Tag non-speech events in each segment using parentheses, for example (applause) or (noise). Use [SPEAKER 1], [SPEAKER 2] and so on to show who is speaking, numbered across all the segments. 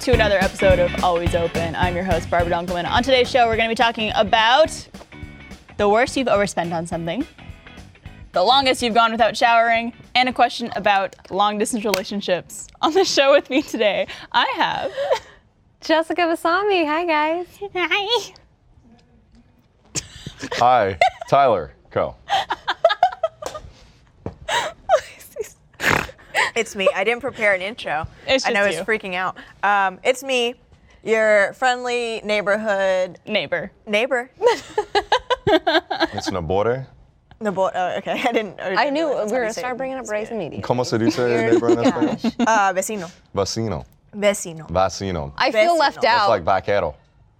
[SPEAKER 1] to another episode of Always Open. I'm your host, Barbara Dunkelman. On today's show, we're going to be talking about the worst you've overspent on something, the longest you've gone without showering, and a question about long distance relationships. On the show with me today, I have.
[SPEAKER 2] Jessica Basami. Hi, guys.
[SPEAKER 1] Hi.
[SPEAKER 3] Hi, Tyler Co.
[SPEAKER 4] It's me. I didn't prepare an intro.
[SPEAKER 1] It's
[SPEAKER 4] and I was
[SPEAKER 1] just you.
[SPEAKER 4] freaking out. Um, it's me, your friendly neighborhood
[SPEAKER 1] Neighbor.
[SPEAKER 4] neighbor.
[SPEAKER 3] It's an border.
[SPEAKER 4] the bo- oh, okay. (laughs) I didn't. I, didn't
[SPEAKER 2] I knew we
[SPEAKER 4] realize
[SPEAKER 2] were
[SPEAKER 4] that's how
[SPEAKER 2] going to start
[SPEAKER 4] you say it.
[SPEAKER 2] bringing up race media.
[SPEAKER 3] ¿Cómo se dice neighbor in Spanish?
[SPEAKER 4] Uh, vecino.
[SPEAKER 3] Vecino.
[SPEAKER 4] Vecino.
[SPEAKER 3] Vecino.
[SPEAKER 2] I feel
[SPEAKER 4] Vecino.
[SPEAKER 2] left
[SPEAKER 4] It's
[SPEAKER 3] It's
[SPEAKER 2] out.
[SPEAKER 3] like vaquero.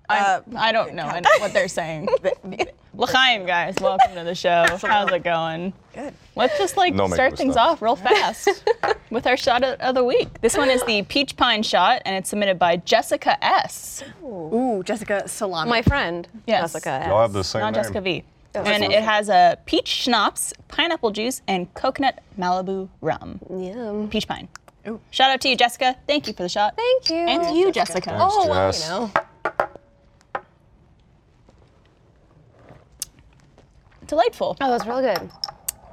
[SPEAKER 1] I'm- I don't know what they're saying. L'chaim, guys. Welcome to the show. How's it going?
[SPEAKER 4] Good.
[SPEAKER 1] Let's just like
[SPEAKER 3] No
[SPEAKER 1] start
[SPEAKER 3] mango
[SPEAKER 1] things
[SPEAKER 3] stuff.
[SPEAKER 1] off real fast with our shot of, of the week. This one is the peach pine shot, and it's submitted by Jessica S.
[SPEAKER 4] Ooh, Jessica Solano.
[SPEAKER 2] My friend,
[SPEAKER 1] Yes.
[SPEAKER 2] Jessica.
[SPEAKER 3] Y'all have the same
[SPEAKER 1] not
[SPEAKER 3] name.
[SPEAKER 1] Jessica V. and it has a peach schnapps, pineapple juice, and coconut Malibu rum.
[SPEAKER 2] Yum.
[SPEAKER 1] Peach pine. Shout out to you, Jessica. Thank you for the shot.
[SPEAKER 2] Thank you.
[SPEAKER 1] And to you, Jessica.
[SPEAKER 2] Oh, well,
[SPEAKER 3] Jess.
[SPEAKER 2] you know.
[SPEAKER 1] Delightful.
[SPEAKER 2] Oh, that's real good.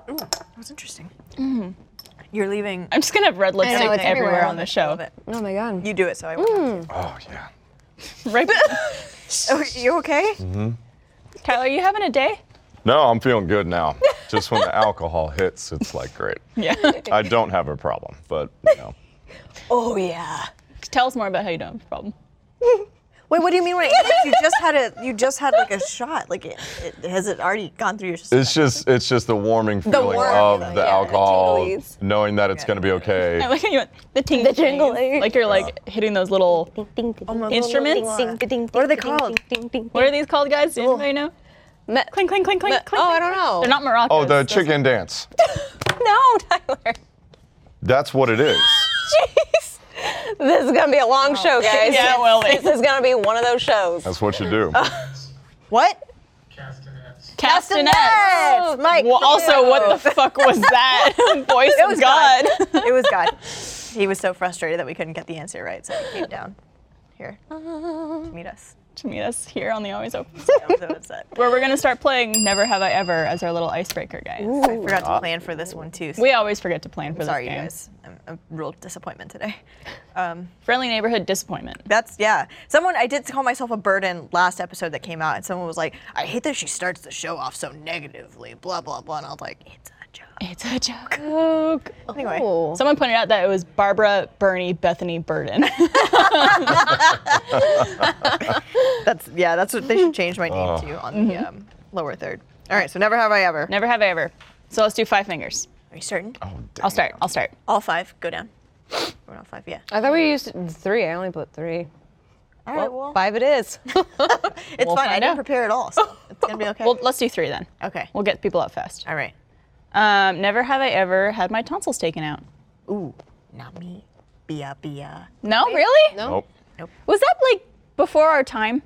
[SPEAKER 4] Ooh, that was interesting. You're leaving.
[SPEAKER 1] I'm just gonna have red lipstick
[SPEAKER 2] it's
[SPEAKER 1] everywhere,
[SPEAKER 2] everywhere.
[SPEAKER 1] on the show.
[SPEAKER 4] Love it.
[SPEAKER 2] Oh, my God.
[SPEAKER 4] You do it, so I won't.
[SPEAKER 3] Oh, yeah.
[SPEAKER 1] Right,
[SPEAKER 4] Oh, (laughs) you okay?
[SPEAKER 1] Tyler, you having a day?
[SPEAKER 3] No, I'm feeling good now. Just when the alcohol hits, it's like great.
[SPEAKER 1] (laughs) Yeah.
[SPEAKER 3] I don't have a problem, but you know.
[SPEAKER 4] Oh yeah.
[SPEAKER 1] Tell us more about how you don't have a problem.
[SPEAKER 4] Wait, what do you mean? When it, you just had a, you just had like a shot. Like, it, it, has it already gone through your system?
[SPEAKER 3] It's just it's just the warming feeling
[SPEAKER 2] warm
[SPEAKER 3] of
[SPEAKER 2] feeling,
[SPEAKER 3] the
[SPEAKER 2] yeah, the
[SPEAKER 3] alcohol,
[SPEAKER 2] tinglies.
[SPEAKER 3] knowing that it's gonna be
[SPEAKER 1] I (laughs)
[SPEAKER 3] okay.
[SPEAKER 1] like how you went the tingle.
[SPEAKER 2] The jingle eight.
[SPEAKER 1] Like you're like hitting those little. Instruments?
[SPEAKER 4] What are they called?
[SPEAKER 1] What are these called, guys? Do anybody know?
[SPEAKER 2] Me-
[SPEAKER 1] Clink, clink, clink, clink,
[SPEAKER 2] Me-
[SPEAKER 1] clink.
[SPEAKER 2] oh, I
[SPEAKER 1] clink,
[SPEAKER 2] don't
[SPEAKER 1] clink.
[SPEAKER 2] know.
[SPEAKER 1] They're not maracas.
[SPEAKER 3] Oh, the
[SPEAKER 1] Those-
[SPEAKER 3] chicken dance.
[SPEAKER 2] No, Tyler.
[SPEAKER 3] That's what it is.
[SPEAKER 2] Jeez. (laughs) This is gonna be a long show, guys.
[SPEAKER 1] Yeah, it will be.
[SPEAKER 2] This is gonna be one of those shows.
[SPEAKER 3] That's what you do. Oh,
[SPEAKER 4] What?
[SPEAKER 1] (laughs) castanets.
[SPEAKER 2] Oh,
[SPEAKER 4] Castanets. Mike.
[SPEAKER 1] Well, also,
[SPEAKER 4] Cleo.
[SPEAKER 1] what the fuck was (laughs) that? Voice of God.
[SPEAKER 4] it was God. He was so frustrated that we couldn't get the answer right, so he came down here to meet us.
[SPEAKER 1] (laughs) to meet us here on the Always Open,
[SPEAKER 4] I'm so upset.
[SPEAKER 1] where we're gonna start playing Never Have I Ever as our little icebreaker, guys.
[SPEAKER 4] I forgot to plan for this one too. So
[SPEAKER 1] We always forget to plan for
[SPEAKER 4] sorry,
[SPEAKER 1] this
[SPEAKER 4] you
[SPEAKER 1] game.
[SPEAKER 4] guys. I'm a real disappointment today.
[SPEAKER 1] Friendly neighborhood disappointment.
[SPEAKER 4] That's yeah. Someone I did call myself a burden last episode that came out, and someone was like, "I hate that she starts the show off so negatively." Blah blah blah, and I was like, "It's a joke."
[SPEAKER 1] It's a joke.
[SPEAKER 4] Anyway,
[SPEAKER 2] Oh.
[SPEAKER 1] Someone pointed out that it was Barbara, Bernie, Bethany, Burden. (laughs)
[SPEAKER 4] that's yeah. That's what they should change my name to on the um, lower third. All right, so never have I ever.
[SPEAKER 1] Never have I ever. So let's do five fingers.
[SPEAKER 4] Are you certain?
[SPEAKER 1] I'll start. I'll start.
[SPEAKER 4] All five. Go down. We're on five. Yeah.
[SPEAKER 2] I thought we used three. I only put three.
[SPEAKER 4] All right.
[SPEAKER 2] Five it is.
[SPEAKER 4] It's
[SPEAKER 1] We'll
[SPEAKER 4] fine. I
[SPEAKER 1] find
[SPEAKER 4] didn't
[SPEAKER 1] out.
[SPEAKER 4] prepare at all, (laughs) so it's gonna be okay.
[SPEAKER 1] Well, let's do three then.
[SPEAKER 4] okay.
[SPEAKER 1] We'll get people up fast.
[SPEAKER 4] all right.
[SPEAKER 1] Um, never have I ever had my tonsils taken out.
[SPEAKER 4] Ooh, not me. Bia, bia.
[SPEAKER 1] No, really?
[SPEAKER 2] No.
[SPEAKER 3] Nope.
[SPEAKER 1] Was that like before our time?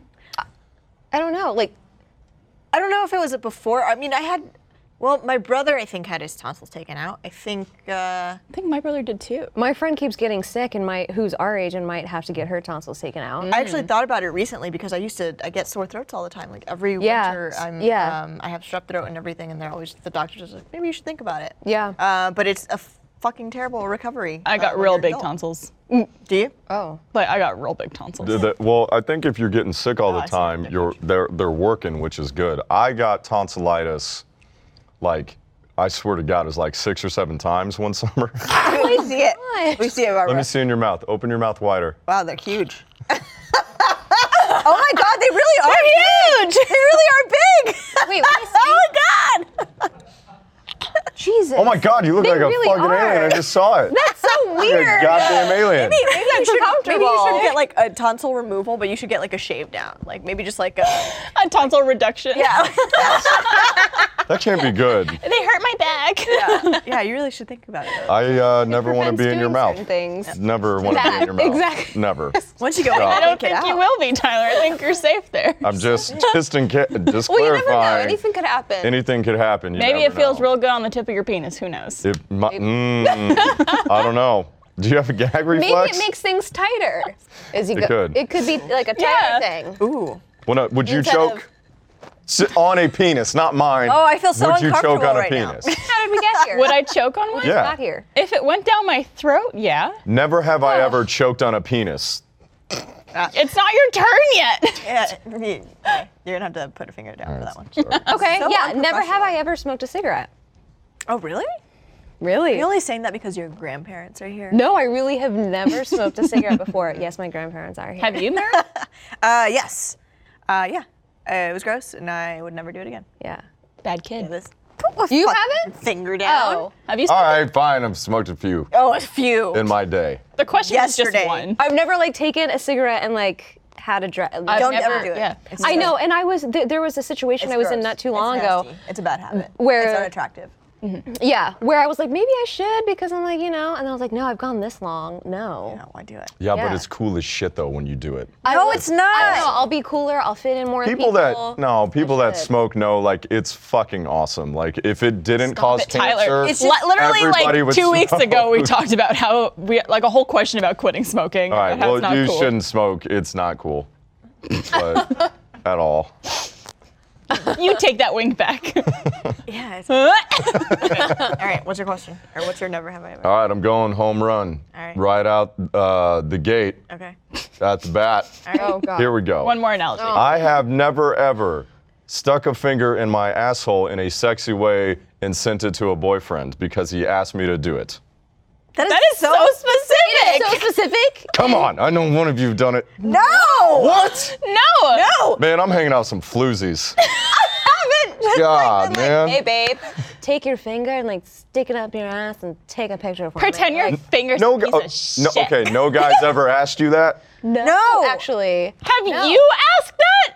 [SPEAKER 2] I don't know. Like,
[SPEAKER 4] I don't know if it was before. I mean, I had. Well, my brother, I think, had his tonsils taken out. I think. Uh,
[SPEAKER 1] I think my brother did too.
[SPEAKER 2] my friend keeps getting sick and might, who's our age and might have to get her tonsils taken out.
[SPEAKER 4] I actually thought about it recently because I used to. I get sore throats all the time. Like every
[SPEAKER 2] Yeah,
[SPEAKER 4] winter, I'm.
[SPEAKER 2] yeah.
[SPEAKER 4] Um, I have strep throat and everything, and they're always the doctor's just like, maybe you should think about it.
[SPEAKER 2] Yeah.
[SPEAKER 4] Uh, but it's a fucking terrible recovery.
[SPEAKER 1] I
[SPEAKER 4] uh,
[SPEAKER 1] got
[SPEAKER 4] when
[SPEAKER 1] real
[SPEAKER 4] you're
[SPEAKER 1] big
[SPEAKER 4] adult.
[SPEAKER 1] tonsils.
[SPEAKER 4] Do you? (laughs)
[SPEAKER 2] Oh.
[SPEAKER 1] Like I got real big tonsils.
[SPEAKER 3] The- the- well, I think if you're getting sick all
[SPEAKER 1] Oh, I
[SPEAKER 3] the
[SPEAKER 1] see.
[SPEAKER 3] time,
[SPEAKER 1] They're
[SPEAKER 3] you're they're they're working, which is good. I got tonsillitis, like I swear to God, it was like six or seven times one (laughs) summer.
[SPEAKER 4] we see it.
[SPEAKER 2] God.
[SPEAKER 4] We see it.
[SPEAKER 3] Let
[SPEAKER 4] Barbara.
[SPEAKER 3] me see in your mouth. Open your mouth wider.
[SPEAKER 4] Wow, they're huge. oh my God, they really are huge. They really are big.
[SPEAKER 2] Wait, what (laughs) is-
[SPEAKER 4] oh my God.
[SPEAKER 2] Jesus.
[SPEAKER 3] Oh my God, you look
[SPEAKER 2] They
[SPEAKER 3] like a
[SPEAKER 2] really
[SPEAKER 3] fucking
[SPEAKER 2] are.
[SPEAKER 3] alien. I just saw it.
[SPEAKER 2] That's so
[SPEAKER 3] (laughs) You're a
[SPEAKER 2] weird.
[SPEAKER 3] goddamn alien.
[SPEAKER 4] Maybe you should. Maybe you
[SPEAKER 2] comfortable.
[SPEAKER 4] should get like a tonsil removal, but you should get like a shave down. Like maybe just like a
[SPEAKER 1] (laughs) A tonsil reduction.
[SPEAKER 4] yeah.
[SPEAKER 3] That can't be good.
[SPEAKER 1] (laughs) They hurt my back.
[SPEAKER 4] yeah. (laughs) Yeah, you really should think about it.
[SPEAKER 3] I uh, never want to be in your mouth.
[SPEAKER 2] Things.
[SPEAKER 3] Never want to be in your mouth.
[SPEAKER 2] exactly.
[SPEAKER 3] Never.
[SPEAKER 4] Once you go,
[SPEAKER 1] (laughs) I don't think you will be, Tyler. I think you're safe there.
[SPEAKER 3] I'm just just in ca-
[SPEAKER 2] (laughs)
[SPEAKER 3] just
[SPEAKER 2] Well, you never know.
[SPEAKER 3] clarifying.
[SPEAKER 2] Anything could happen.
[SPEAKER 3] Anything could happen. You
[SPEAKER 1] Maybe
[SPEAKER 3] never
[SPEAKER 1] it feels
[SPEAKER 3] know.
[SPEAKER 1] real good on the tip of your penis. Who knows?
[SPEAKER 3] It mi- mm, I don't know. Do you have a gag
[SPEAKER 2] Maybe
[SPEAKER 3] reflex?
[SPEAKER 2] it makes things tighter. As you
[SPEAKER 3] It
[SPEAKER 2] go,
[SPEAKER 3] could.
[SPEAKER 2] it could be like a tighter
[SPEAKER 1] Yeah.
[SPEAKER 2] thing.
[SPEAKER 4] Ooh.
[SPEAKER 3] Well, no, would you
[SPEAKER 1] Instead
[SPEAKER 3] choke
[SPEAKER 1] of-
[SPEAKER 3] Sit on a penis, not mine?
[SPEAKER 4] Oh, I feel so
[SPEAKER 3] Would you choke
[SPEAKER 4] uncomfortable
[SPEAKER 3] on a
[SPEAKER 4] right now.
[SPEAKER 3] penis?
[SPEAKER 2] How did we (laughs) get here?
[SPEAKER 1] Would I choke on one?
[SPEAKER 3] Yeah.
[SPEAKER 2] Got here.
[SPEAKER 1] If it went down my throat,
[SPEAKER 3] (laughs)
[SPEAKER 1] yeah.
[SPEAKER 3] Never have I ever choked on a penis.
[SPEAKER 1] It's not your turn
[SPEAKER 4] (laughs)
[SPEAKER 1] yet.
[SPEAKER 4] Yeah, you're gonna have to put a finger down for that one.
[SPEAKER 2] Okay,
[SPEAKER 4] So
[SPEAKER 2] yeah. Never have
[SPEAKER 4] unprofessional.
[SPEAKER 2] I ever smoked a cigarette.
[SPEAKER 4] Oh, really?
[SPEAKER 2] Really?
[SPEAKER 4] You're only saying that because your grandparents are here.
[SPEAKER 2] No, I really have never smoked a cigarette (laughs) before. Yes, my grandparents are here.
[SPEAKER 1] Have you, Mary?
[SPEAKER 4] Uh, yes. Uh, yeah. Uh, it was gross, and I would never do it again.
[SPEAKER 2] Yeah.
[SPEAKER 1] Bad kid.
[SPEAKER 4] This
[SPEAKER 2] You
[SPEAKER 4] fuck-
[SPEAKER 2] haven't?
[SPEAKER 4] finger down.
[SPEAKER 2] Oh.
[SPEAKER 1] Have you?
[SPEAKER 3] All right, fine. I've smoked a few
[SPEAKER 4] Oh, a few.
[SPEAKER 3] in my day.
[SPEAKER 1] The question is
[SPEAKER 4] Yesterday.
[SPEAKER 1] just one.
[SPEAKER 2] I've never like taken a cigarette and like had a dress.
[SPEAKER 1] I've
[SPEAKER 4] Don't
[SPEAKER 1] never-
[SPEAKER 4] ever do it.
[SPEAKER 1] yeah.
[SPEAKER 4] It's
[SPEAKER 2] I
[SPEAKER 4] gross.
[SPEAKER 2] know, and I was th- there was a situation
[SPEAKER 4] It's
[SPEAKER 2] I was in
[SPEAKER 4] gross.
[SPEAKER 2] not too
[SPEAKER 4] It's
[SPEAKER 2] long ago.
[SPEAKER 4] nasty. It's a bad habit.
[SPEAKER 2] where-
[SPEAKER 4] it's unattractive.
[SPEAKER 2] Yeah, where I was like, maybe I should because I'm like, you know, and I was like, no, I've gone this long. No.
[SPEAKER 4] No, I do it.
[SPEAKER 3] Yeah, but
[SPEAKER 2] Yeah.
[SPEAKER 3] it's cool as shit though when you do it.
[SPEAKER 2] I
[SPEAKER 4] No,
[SPEAKER 2] would-
[SPEAKER 4] it's not.
[SPEAKER 2] I don't know. I'll be cooler. I'll fit in more.
[SPEAKER 3] People that no, people that
[SPEAKER 2] should.
[SPEAKER 3] smoke know like it's fucking awesome. Like if it didn't cause
[SPEAKER 1] But
[SPEAKER 3] cancer,
[SPEAKER 1] Tyler, it's li- literally
[SPEAKER 3] everybody
[SPEAKER 1] like
[SPEAKER 3] would
[SPEAKER 1] two weeks
[SPEAKER 3] smoke.
[SPEAKER 1] ago
[SPEAKER 3] (laughs)
[SPEAKER 1] we talked about how we like a whole question about quitting smoking.
[SPEAKER 3] All right,
[SPEAKER 1] about how it's
[SPEAKER 3] well
[SPEAKER 1] not
[SPEAKER 3] you
[SPEAKER 1] cool.
[SPEAKER 3] shouldn't smoke. It's not cool, but at all.
[SPEAKER 1] You take that wink
[SPEAKER 3] (laughs)
[SPEAKER 1] back. (laughs)
[SPEAKER 4] Yeah. It's... All right. What's your question? Or what's your never have I ever?
[SPEAKER 3] All right, I'm going home run.
[SPEAKER 4] All right.
[SPEAKER 3] Right out uh, the gate
[SPEAKER 4] Okay.
[SPEAKER 3] at the bat.
[SPEAKER 2] Oh god.
[SPEAKER 3] Here we go.
[SPEAKER 1] one more analogy.
[SPEAKER 3] I have never ever stuck a finger in my asshole in a sexy way and sent it to a boyfriend because he asked me to do it.
[SPEAKER 1] that is so,
[SPEAKER 2] It
[SPEAKER 1] specific.
[SPEAKER 2] is so
[SPEAKER 4] (laughs)
[SPEAKER 2] specific.
[SPEAKER 3] Come on, I know one of you've done it.
[SPEAKER 4] No.
[SPEAKER 3] What?
[SPEAKER 1] no.
[SPEAKER 4] No.
[SPEAKER 3] Man, I'm hanging out with some floozies.
[SPEAKER 4] Haven't.
[SPEAKER 3] God, man.
[SPEAKER 2] Hey babe, take your finger and like stick it up your ass and take a picture for
[SPEAKER 1] Pretend
[SPEAKER 2] me.
[SPEAKER 1] your
[SPEAKER 2] Like,
[SPEAKER 1] fingers. No,
[SPEAKER 3] no, gu-
[SPEAKER 1] piece
[SPEAKER 3] oh,
[SPEAKER 1] of
[SPEAKER 3] no,
[SPEAKER 1] shit.
[SPEAKER 3] okay, no guys ever asked you that.
[SPEAKER 2] no,
[SPEAKER 4] No.
[SPEAKER 2] actually.
[SPEAKER 1] Have
[SPEAKER 2] No.
[SPEAKER 1] you asked that?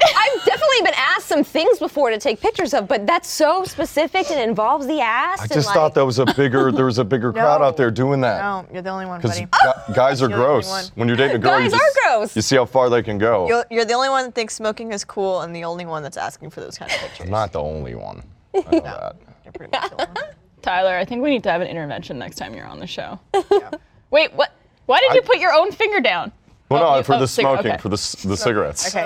[SPEAKER 2] I've definitely been asked some things before to take pictures of, but that's so specific and involves the ass.
[SPEAKER 3] I just thought that was a bigger. There was a bigger crowd out there doing that.
[SPEAKER 4] No, Oh! you're the only one,
[SPEAKER 3] Because
[SPEAKER 4] buddy.
[SPEAKER 3] guys are
[SPEAKER 4] You're the only
[SPEAKER 3] gross.
[SPEAKER 4] one.
[SPEAKER 3] When you're dating a girl, you
[SPEAKER 2] Guys are
[SPEAKER 3] just-
[SPEAKER 2] gross.
[SPEAKER 3] You see how far they can go.
[SPEAKER 4] You're, you're the only one that thinks smoking is cool, and the only one that's asking for those kind of pictures.
[SPEAKER 3] I'm not the only one. I know that.
[SPEAKER 4] You're pretty (laughs) much the only one.
[SPEAKER 1] Tyler, I think we need to have an intervention next time you're on the show. Wait, what? Why did
[SPEAKER 3] I-
[SPEAKER 1] you put your own finger down?
[SPEAKER 3] Well,
[SPEAKER 1] Oh,
[SPEAKER 3] no,
[SPEAKER 1] you-
[SPEAKER 3] for
[SPEAKER 1] oh,
[SPEAKER 3] the
[SPEAKER 1] cigarette,
[SPEAKER 3] smoking,
[SPEAKER 1] okay.
[SPEAKER 3] for the, c- the cigarettes.
[SPEAKER 4] Okay.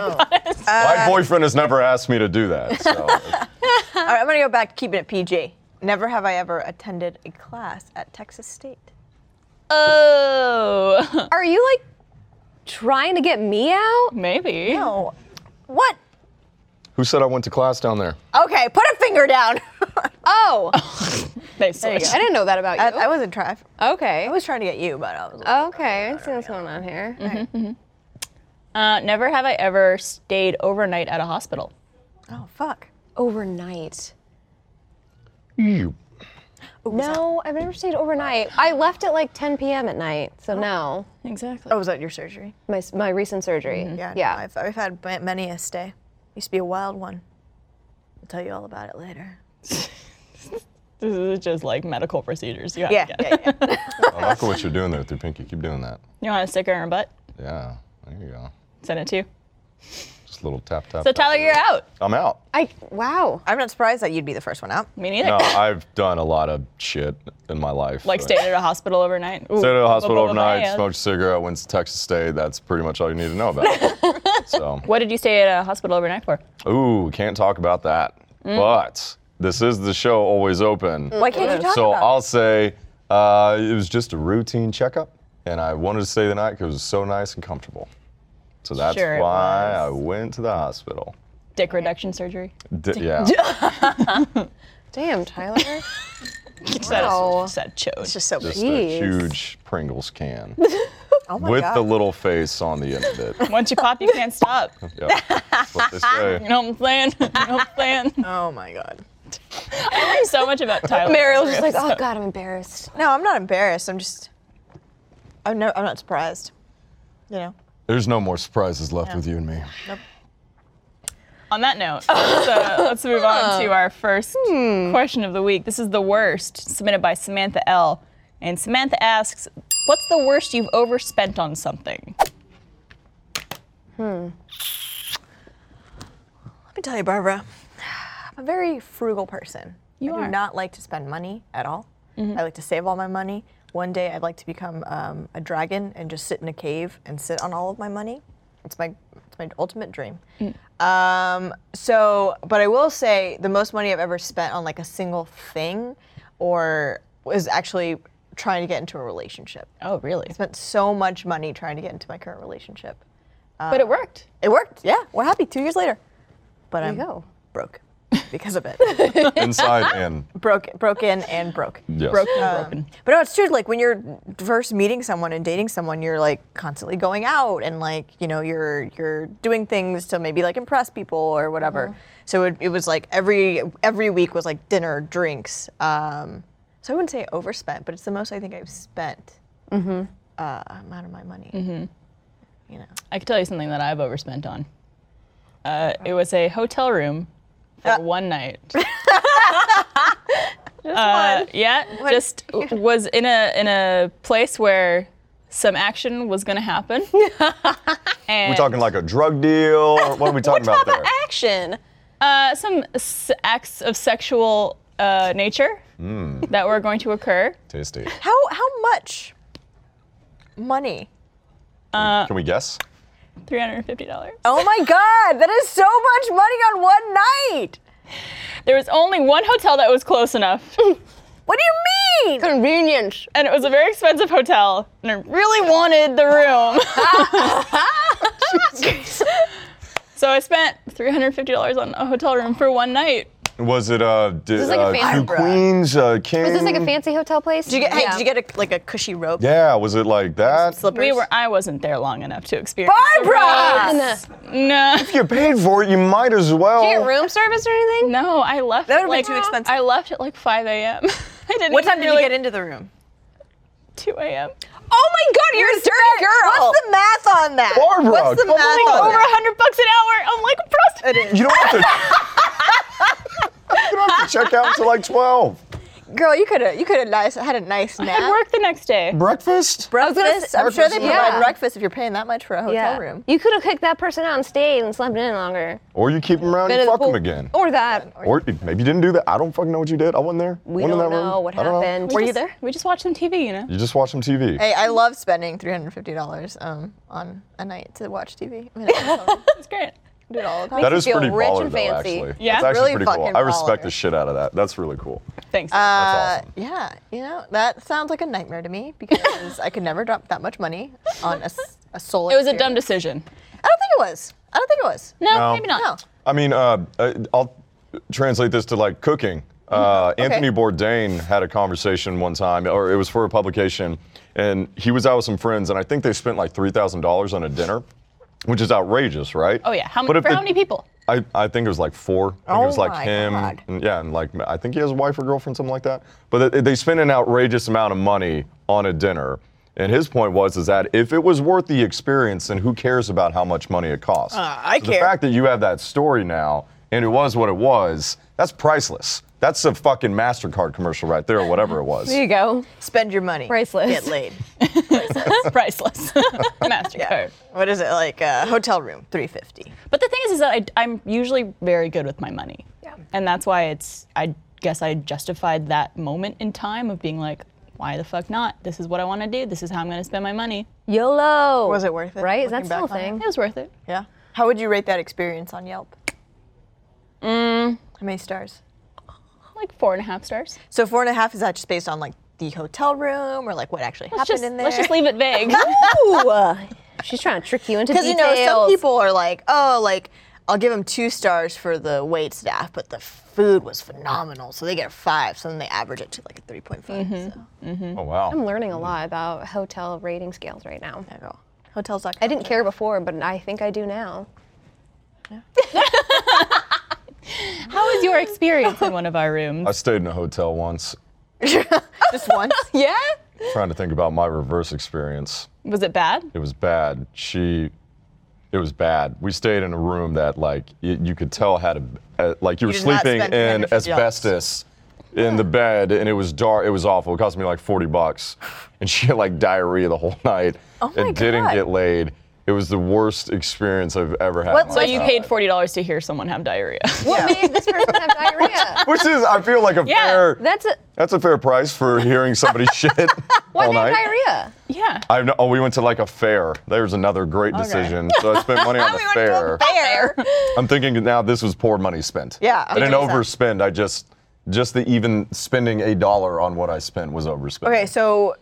[SPEAKER 3] My boyfriend has never asked me to do that. So.
[SPEAKER 4] All right, I'm gonna go back to keeping it PG. Never have I ever attended a class at Texas State.
[SPEAKER 1] Oh, (laughs)
[SPEAKER 2] Are you like trying to get me out?
[SPEAKER 1] maybe.
[SPEAKER 4] No. What?
[SPEAKER 3] Who said I went to class down there?
[SPEAKER 4] Oh. Okay, put a finger down.
[SPEAKER 2] Oh, Uh,
[SPEAKER 1] They switched.
[SPEAKER 2] I didn't know that about
[SPEAKER 4] (laughs) I,
[SPEAKER 2] you.
[SPEAKER 4] I wasn't trying.
[SPEAKER 2] okay.
[SPEAKER 4] I was trying to get you, but I was. Like,
[SPEAKER 2] okay, I see what's going on here.
[SPEAKER 1] (laughs) Uh, never have I ever stayed overnight at a hospital.
[SPEAKER 4] oh fuck.
[SPEAKER 2] Overnight.
[SPEAKER 3] You.
[SPEAKER 2] No, I've never stayed overnight. I left at like 10 p.m. at night, so no.
[SPEAKER 1] Exactly.
[SPEAKER 4] Oh, was that your surgery?
[SPEAKER 2] My, s- my recent surgery.
[SPEAKER 4] Yeah. no,
[SPEAKER 2] Yeah.
[SPEAKER 4] I've, I've had ma- many a stay. Used to be a wild one. I'll tell you all about it later.
[SPEAKER 1] This is just like medical procedures. You have
[SPEAKER 4] Yeah.
[SPEAKER 1] to get.
[SPEAKER 4] yeah, yeah.
[SPEAKER 3] I like what you're doing there with your pinky. Keep doing that.
[SPEAKER 1] You want a sticker in her butt?
[SPEAKER 3] Yeah. There you go.
[SPEAKER 1] Send it to you.
[SPEAKER 3] Just a little tap tap.
[SPEAKER 1] So
[SPEAKER 3] tap.
[SPEAKER 1] Tyler, you're out.
[SPEAKER 3] I'm out.
[SPEAKER 2] I wow.
[SPEAKER 4] I'm not surprised that you'd be the first one out.
[SPEAKER 1] Me neither.
[SPEAKER 3] No, I've done a lot of shit in my life.
[SPEAKER 1] (laughs) Like
[SPEAKER 3] but-
[SPEAKER 1] stayed at a hospital overnight. Ooh.
[SPEAKER 3] Stayed at a hospital
[SPEAKER 1] Blah, blah, blah,
[SPEAKER 3] overnight,
[SPEAKER 1] yeah.
[SPEAKER 3] smoked a cigarette, went to Texas State. That's pretty much all you need to know about. it. so,
[SPEAKER 1] What did you stay at a hospital overnight for?
[SPEAKER 3] ooh, can't talk about that. But this is the show always open.
[SPEAKER 4] Why can't you talk
[SPEAKER 3] So
[SPEAKER 4] about
[SPEAKER 3] I'll say uh, it was just a routine checkup, and I wanted to stay the night because it was so nice and comfortable. So that's
[SPEAKER 1] Sure it
[SPEAKER 3] why I went to the hospital.
[SPEAKER 1] Dick reduction surgery.
[SPEAKER 3] D- yeah.
[SPEAKER 2] Damn, (laughs) Tyler.
[SPEAKER 1] Wow.
[SPEAKER 2] Wow.
[SPEAKER 1] Said chode.
[SPEAKER 4] It's just so big.
[SPEAKER 3] Just
[SPEAKER 2] Jeez.
[SPEAKER 3] a huge Pringles can
[SPEAKER 4] Oh my
[SPEAKER 3] with
[SPEAKER 4] god.
[SPEAKER 3] the little face on the end of
[SPEAKER 1] (laughs)
[SPEAKER 3] it.
[SPEAKER 1] Once you pop, you can't stop.
[SPEAKER 3] Yeah. That's what they
[SPEAKER 1] You (laughs)
[SPEAKER 3] say.
[SPEAKER 1] know what I'm saying? You know what I'm saying?
[SPEAKER 4] oh my god.
[SPEAKER 1] There's so much about Tyler.
[SPEAKER 2] Mariel's just like, oh god, I'm embarrassed.
[SPEAKER 4] No, I'm not embarrassed. I'm just. I'm no. I'm not surprised. You know.
[SPEAKER 3] There's no more surprises left with you and me.
[SPEAKER 1] On that (laughs) note, let's, uh, let's move on to our first question of the week. This is the worst, submitted by Samantha L. And Samantha asks, "What's the worst you've overspent on something?"
[SPEAKER 4] Let me tell you, Barbara, I'm a very frugal person.
[SPEAKER 1] You
[SPEAKER 4] I
[SPEAKER 1] are. Mm-hmm.
[SPEAKER 4] do not like to spend money at all. I like to save all my money. One day I'd like to become um, a dragon and just sit in a cave and sit on all of my money. It's my it's my ultimate dream.
[SPEAKER 1] Mm.
[SPEAKER 4] Um, so, but I will say the most money I've ever spent on like a single thing, or was actually trying to get into a relationship.
[SPEAKER 1] Oh, really?
[SPEAKER 4] Spent so much money trying to get into my current relationship.
[SPEAKER 1] but it worked.
[SPEAKER 4] It worked. Yeah, we're happy. Two years later, but I'm
[SPEAKER 2] go.
[SPEAKER 4] broke because of it. (laughs)
[SPEAKER 3] Inside
[SPEAKER 2] (laughs)
[SPEAKER 3] in.
[SPEAKER 4] broke, broke in and broke.
[SPEAKER 3] Yes.
[SPEAKER 1] Broken, broken.
[SPEAKER 4] But no, it's true. Like when you're first meeting someone and dating someone, you're like constantly going out and like you know you're you're doing things to maybe like impress people or whatever. So it, it was like every every week was like dinner, drinks. Um, so I wouldn't say overspent, but it's the most I think I've spent uh, amount of my money. You know,
[SPEAKER 1] I could tell you something that I've overspent on. Uh, it was a hotel room for one night. Uh. (laughs) just one. Yeah, just w- was in a in a place where some action was going to (laughs) happen. and
[SPEAKER 3] We're talking like a
[SPEAKER 2] (laughs)
[SPEAKER 3] drug deal. or What are we talking about there?
[SPEAKER 2] Action.
[SPEAKER 1] uh, some s- acts of sexual uh, nature that were going to occur.
[SPEAKER 3] Tasty.
[SPEAKER 4] how how much money?
[SPEAKER 3] Can we guess?
[SPEAKER 1] Three hundred and fifty dollars.
[SPEAKER 4] Oh my God, that is so much money on one night.
[SPEAKER 1] There was only one hotel that was close enough, (laughs)
[SPEAKER 4] What do you mean?
[SPEAKER 2] Convenience.
[SPEAKER 1] and it was a very expensive hotel, and I really wanted the room. (laughs) so I spent $350 on a hotel room for one night.
[SPEAKER 3] Was it uh, did,
[SPEAKER 2] this like a
[SPEAKER 3] uh,
[SPEAKER 2] fancy
[SPEAKER 3] two
[SPEAKER 2] bra?
[SPEAKER 3] queens, a king?
[SPEAKER 2] Is this like a fancy hotel place?
[SPEAKER 4] Did you get, hey, did you get a, like a cushy rope?
[SPEAKER 3] Yeah, was it like that?
[SPEAKER 4] Slippers?
[SPEAKER 1] We were I wasn't there long enough to experience. the
[SPEAKER 2] Ah!
[SPEAKER 4] Barbara!
[SPEAKER 1] ropes. No.
[SPEAKER 3] If you paid for it, you might as well.
[SPEAKER 2] get room service or anything?
[SPEAKER 1] No, I left.
[SPEAKER 4] That would've been
[SPEAKER 1] like,
[SPEAKER 4] too expensive.
[SPEAKER 1] I left at like 5 a.m. (laughs) I didn't.
[SPEAKER 4] What time
[SPEAKER 1] even
[SPEAKER 4] did you
[SPEAKER 1] really-
[SPEAKER 4] get into the room?
[SPEAKER 1] 2 a.m.
[SPEAKER 4] Oh my God, you're a dirty girl. What's the math on that?
[SPEAKER 3] Barbara,
[SPEAKER 4] What's the
[SPEAKER 3] come
[SPEAKER 4] math
[SPEAKER 3] on.
[SPEAKER 4] on
[SPEAKER 1] Over
[SPEAKER 4] that?
[SPEAKER 1] 100 bucks an hour. I'm like a prostitute.
[SPEAKER 4] It is.
[SPEAKER 3] You don't
[SPEAKER 2] (laughs)
[SPEAKER 3] have to. you don't have to check out until like 12.
[SPEAKER 4] Girl, you could have you could have nice, had a nice nap.
[SPEAKER 1] I work the next day.
[SPEAKER 3] Breakfast?
[SPEAKER 4] Breakfast. I'm sure they
[SPEAKER 2] breakfast,
[SPEAKER 4] provide
[SPEAKER 2] yeah.
[SPEAKER 4] breakfast if you're paying that much for a hotel room.
[SPEAKER 2] You could have kicked that person out and stayed and slept in longer.
[SPEAKER 3] Or you keep them around
[SPEAKER 2] Been
[SPEAKER 3] and
[SPEAKER 2] to the
[SPEAKER 3] fuck them
[SPEAKER 2] pool.
[SPEAKER 3] again.
[SPEAKER 2] Or that.
[SPEAKER 3] Or maybe you didn't do that. I don't fucking know what you did. I wasn't there.
[SPEAKER 2] We
[SPEAKER 3] wasn't
[SPEAKER 2] don't
[SPEAKER 3] in that room.
[SPEAKER 2] know what
[SPEAKER 3] I don't know.
[SPEAKER 2] happened.
[SPEAKER 4] Were you there?
[SPEAKER 1] We just watch some TV, you know.
[SPEAKER 3] You just watch some TV.
[SPEAKER 4] Hey, I love spending $350 um, on a night to watch TV. I mean, uh, I love it.
[SPEAKER 1] It's great.
[SPEAKER 4] do it all the time.
[SPEAKER 3] that
[SPEAKER 2] you
[SPEAKER 3] is
[SPEAKER 2] feel
[SPEAKER 3] pretty
[SPEAKER 2] rich
[SPEAKER 3] baller
[SPEAKER 2] and
[SPEAKER 3] though,
[SPEAKER 2] fancy.
[SPEAKER 3] actually.
[SPEAKER 1] Yeah.
[SPEAKER 3] That's actually
[SPEAKER 4] Really
[SPEAKER 3] pretty cool.
[SPEAKER 4] fucking
[SPEAKER 3] I respect
[SPEAKER 4] baller.
[SPEAKER 3] the shit out of that. That's really cool.
[SPEAKER 1] Thanks.
[SPEAKER 4] Uh,
[SPEAKER 3] That's awesome.
[SPEAKER 4] Yeah, you know that sounds like a nightmare to me because I could never drop that much money on a, s- a solo.
[SPEAKER 1] it was a dumb
[SPEAKER 4] experience.
[SPEAKER 1] decision.
[SPEAKER 4] I don't think it was. I don't think it was.
[SPEAKER 1] No,
[SPEAKER 3] No.
[SPEAKER 1] maybe not.
[SPEAKER 4] No.
[SPEAKER 3] I mean, uh, I- I'll translate this to like cooking. Uh, Anthony Bourdain had a conversation one time, or it was for a publication, and he was out with some friends, and I think they spent like three thousand dollars on a dinner, which is outrageous, right?
[SPEAKER 1] Oh yeah. How,
[SPEAKER 3] But
[SPEAKER 1] many?
[SPEAKER 3] if
[SPEAKER 1] for
[SPEAKER 3] the-
[SPEAKER 1] how many
[SPEAKER 4] (laughs)
[SPEAKER 1] people?
[SPEAKER 3] I, I think it was like four. I think it was
[SPEAKER 4] Oh
[SPEAKER 3] like
[SPEAKER 4] my
[SPEAKER 3] him.
[SPEAKER 4] God.
[SPEAKER 3] And, yeah, and like I think he has a wife or girlfriend, something like that. But they, they spent an outrageous amount of money on a dinner. And his point was is that if it was worth the experience, then who cares about how much money it costs?
[SPEAKER 4] Uh, I
[SPEAKER 3] So
[SPEAKER 4] care.
[SPEAKER 3] The fact that you have that story now, and it was what it was, that's priceless. That's a fucking Mastercard commercial right there, or whatever it
[SPEAKER 4] (laughs)
[SPEAKER 3] was.
[SPEAKER 2] There you go.
[SPEAKER 4] Spend your money.
[SPEAKER 2] Priceless. (laughs)
[SPEAKER 4] Get laid.
[SPEAKER 1] Priceless.
[SPEAKER 4] (laughs)
[SPEAKER 1] Mastercard.
[SPEAKER 4] Yeah. What is it like? Uh, hotel room, three fifty.
[SPEAKER 1] But the thing is, is that I, am usually very good with my money. Yeah. And that's why it's, I guess I justified that moment in time of being like, why the fuck not? This is what I want to do. This is how I'm going to spend my money.
[SPEAKER 2] YOLO.
[SPEAKER 4] Was it worth it,
[SPEAKER 2] Right? Is that
[SPEAKER 4] looking
[SPEAKER 2] still a
[SPEAKER 4] back on
[SPEAKER 2] thing?
[SPEAKER 1] It was worth it.
[SPEAKER 4] Yeah. How would you rate that experience on Yelp?
[SPEAKER 2] Mm.
[SPEAKER 4] How many stars?
[SPEAKER 1] Like four and a half stars.
[SPEAKER 4] So four and a half is that just based on like the hotel room or like what actually
[SPEAKER 1] Let's
[SPEAKER 4] happened
[SPEAKER 1] just,
[SPEAKER 4] in there?
[SPEAKER 1] let's just leave it
[SPEAKER 4] (laughs)
[SPEAKER 1] vague.
[SPEAKER 2] Ooh, uh, she's trying to trick you (laughs) into
[SPEAKER 4] Because
[SPEAKER 2] details.
[SPEAKER 4] you know, some people are like, oh, like I'll give them two stars for the wait staff, but the food was phenomenal, so they get a five. So then they average it to like a three point five.
[SPEAKER 2] Mm-hmm.
[SPEAKER 4] So
[SPEAKER 3] Oh, wow.
[SPEAKER 2] I'm learning a lot about hotel rating scales right now.
[SPEAKER 4] there you go. Hotels.com.
[SPEAKER 2] I didn't care before, but I think I do now.
[SPEAKER 1] how was your experience in one of our rooms?
[SPEAKER 3] (laughs) I stayed in a hotel once,
[SPEAKER 4] just
[SPEAKER 2] (laughs)
[SPEAKER 4] once.
[SPEAKER 1] Yeah.
[SPEAKER 3] trying to think about my reverse experience.
[SPEAKER 1] Was it bad?
[SPEAKER 3] It was bad. She, it was bad. We stayed in a room that like y- you could tell had a uh, like you, were
[SPEAKER 4] did not
[SPEAKER 3] sleeping in
[SPEAKER 4] spend $350.
[SPEAKER 3] asbestos in the bed, and it was dark. It was awful. It (laughs) cost me like forty bucks, and she had like diarrhea the whole night
[SPEAKER 4] Oh my
[SPEAKER 3] and didn't
[SPEAKER 4] God.
[SPEAKER 3] get laid. It was the worst experience I've ever had. in
[SPEAKER 4] What-
[SPEAKER 3] my
[SPEAKER 1] So you
[SPEAKER 3] life.
[SPEAKER 1] paid forty dollars to hear someone have diarrhea.
[SPEAKER 2] What made this person (laughs) have diarrhea?
[SPEAKER 3] Which is, I feel like a
[SPEAKER 1] Yeah,
[SPEAKER 3] fair.
[SPEAKER 2] That's a,
[SPEAKER 3] That's a fair price for hearing
[SPEAKER 4] (laughs)
[SPEAKER 3] somebody shit
[SPEAKER 2] why
[SPEAKER 3] all
[SPEAKER 2] did they
[SPEAKER 3] night.
[SPEAKER 2] have diarrhea?
[SPEAKER 1] yeah.
[SPEAKER 3] I know. Oh, we went to like a fair. There's another great decision. So I spent
[SPEAKER 4] (laughs)
[SPEAKER 3] money on the
[SPEAKER 4] We went to
[SPEAKER 3] fair.
[SPEAKER 4] a fair.
[SPEAKER 3] I'm thinking now this was poor money spent.
[SPEAKER 4] Yeah,
[SPEAKER 3] I didn't
[SPEAKER 4] 100%.
[SPEAKER 3] overspend. I just just the even spending a dollar on what I spent was overspent.
[SPEAKER 4] Okay, so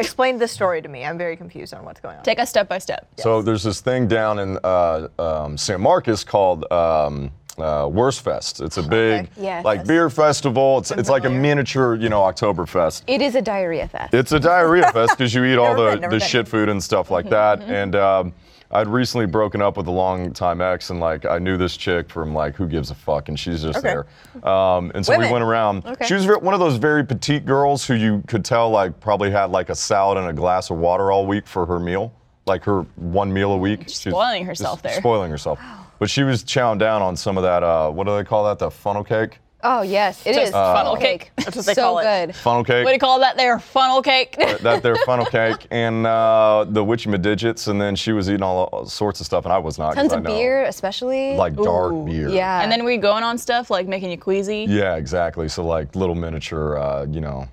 [SPEAKER 4] explain this story to me. I'm very confused on what's going on.
[SPEAKER 1] Take us step by step.
[SPEAKER 3] So there's this thing down in uh, um, San Marcos called um, uh, Worst Fest. It's
[SPEAKER 4] Ah,
[SPEAKER 3] a big
[SPEAKER 2] Yes.
[SPEAKER 3] like beer festival. It's it's like a miniature you know Oktoberfest.
[SPEAKER 2] It is a diarrhea fest.
[SPEAKER 3] It's a diarrhea fest because you eat all
[SPEAKER 4] Never
[SPEAKER 3] the,
[SPEAKER 4] been, never
[SPEAKER 3] the
[SPEAKER 4] been.
[SPEAKER 3] shit food and stuff like that. And um, I'd recently broken up with a longtime ex, and like I knew this chick from like Who Gives a Fuck, and she's just
[SPEAKER 4] Okay.
[SPEAKER 3] there. Um, and so we
[SPEAKER 4] Women.
[SPEAKER 3] went around.
[SPEAKER 2] Okay.
[SPEAKER 3] She was ver- one of those very petite girls who you could tell like probably had like a salad and a glass of water all week for her meal, like her one meal a week. She's
[SPEAKER 1] spoiling herself there.
[SPEAKER 3] Spoiling herself. But she was chowing down on some of that. Uh, what do they call that? The funnel cake.
[SPEAKER 2] Oh yes, it
[SPEAKER 1] Just
[SPEAKER 2] is
[SPEAKER 1] funnel cake.
[SPEAKER 4] That's what they
[SPEAKER 2] so
[SPEAKER 4] call it.
[SPEAKER 2] good.
[SPEAKER 3] Funnel cake.
[SPEAKER 1] What do you call that there? Funnel cake.
[SPEAKER 3] that their funnel cake and uh, the witchy digits, and then she was eating all, all sorts of stuff, and I was not. 'cause
[SPEAKER 2] Tons
[SPEAKER 3] I
[SPEAKER 2] of
[SPEAKER 3] know,
[SPEAKER 2] beer, especially.
[SPEAKER 3] like dark
[SPEAKER 1] Ooh,
[SPEAKER 3] beer.
[SPEAKER 2] yeah.
[SPEAKER 1] and then we going on stuff like making you queasy.
[SPEAKER 3] Yeah, exactly. So like little miniature, uh, you know,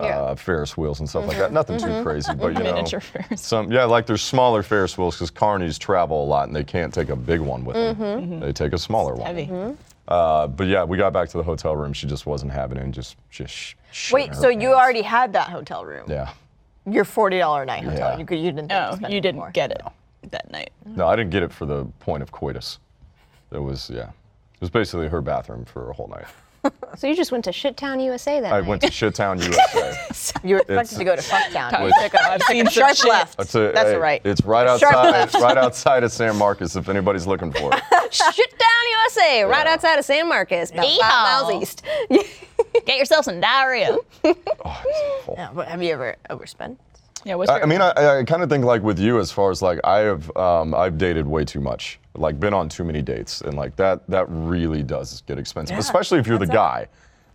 [SPEAKER 3] uh,
[SPEAKER 2] Yeah. Mm-hmm.
[SPEAKER 3] Ferris wheels and stuff like that. Nothing too crazy, but you know,
[SPEAKER 1] Miniature
[SPEAKER 3] (laughs)
[SPEAKER 1] Ferris.
[SPEAKER 3] some yeah, like there's smaller Ferris wheels because carnies travel a lot and they can't take a big one with
[SPEAKER 2] Mm-hmm.
[SPEAKER 3] them. They take a smaller one.
[SPEAKER 1] Mm-hmm. Heavy.
[SPEAKER 3] Uh, but yeah, we got back to the hotel room. She just wasn't having it. And just just. Sh- shit in
[SPEAKER 4] Wait,
[SPEAKER 3] her
[SPEAKER 4] so you
[SPEAKER 3] pants.
[SPEAKER 4] already had that hotel room?
[SPEAKER 3] Yeah.
[SPEAKER 4] Your forty dollar a night hotel.
[SPEAKER 3] Yeah.
[SPEAKER 4] You, could- you didn't. think
[SPEAKER 1] Oh,
[SPEAKER 4] spend
[SPEAKER 1] you
[SPEAKER 4] it
[SPEAKER 1] didn't
[SPEAKER 4] more.
[SPEAKER 1] get it that night.
[SPEAKER 3] No, I didn't get it for the point of coitus. It was yeah. It was basically her bathroom for a whole night.
[SPEAKER 2] so you just went to Shit Town, USA that
[SPEAKER 3] I
[SPEAKER 2] night.
[SPEAKER 3] went to Shittown, USA.
[SPEAKER 4] (laughs) You were expected
[SPEAKER 3] It's-
[SPEAKER 4] to go to Fucktown.
[SPEAKER 1] Time (laughs)
[SPEAKER 4] You
[SPEAKER 1] to
[SPEAKER 4] took
[SPEAKER 1] pick up. I've seen
[SPEAKER 4] a
[SPEAKER 1] some
[SPEAKER 4] Sharp
[SPEAKER 1] shit.
[SPEAKER 4] left.
[SPEAKER 3] That's,
[SPEAKER 4] That's,
[SPEAKER 3] a, hey,
[SPEAKER 4] right.
[SPEAKER 3] It's right
[SPEAKER 4] Sharp
[SPEAKER 3] outside,
[SPEAKER 4] left.
[SPEAKER 3] right outside of San Marcos. If anybody's looking for it,
[SPEAKER 2] (laughs) Shit Town, USA, right
[SPEAKER 3] Yeah.
[SPEAKER 2] outside of San Marcos, about five
[SPEAKER 1] Yeehaw.
[SPEAKER 2] miles (laughs) east.
[SPEAKER 1] Get yourself some diarrhea.
[SPEAKER 4] Yeah, but have you ever overspent?
[SPEAKER 1] Yeah, what's
[SPEAKER 3] I,
[SPEAKER 1] your
[SPEAKER 3] I mean, I, I kind of think like with you, as far as like I have, um, I've dated way too much, like been on too many dates, and like that that really does get expensive, especially if you're the guy,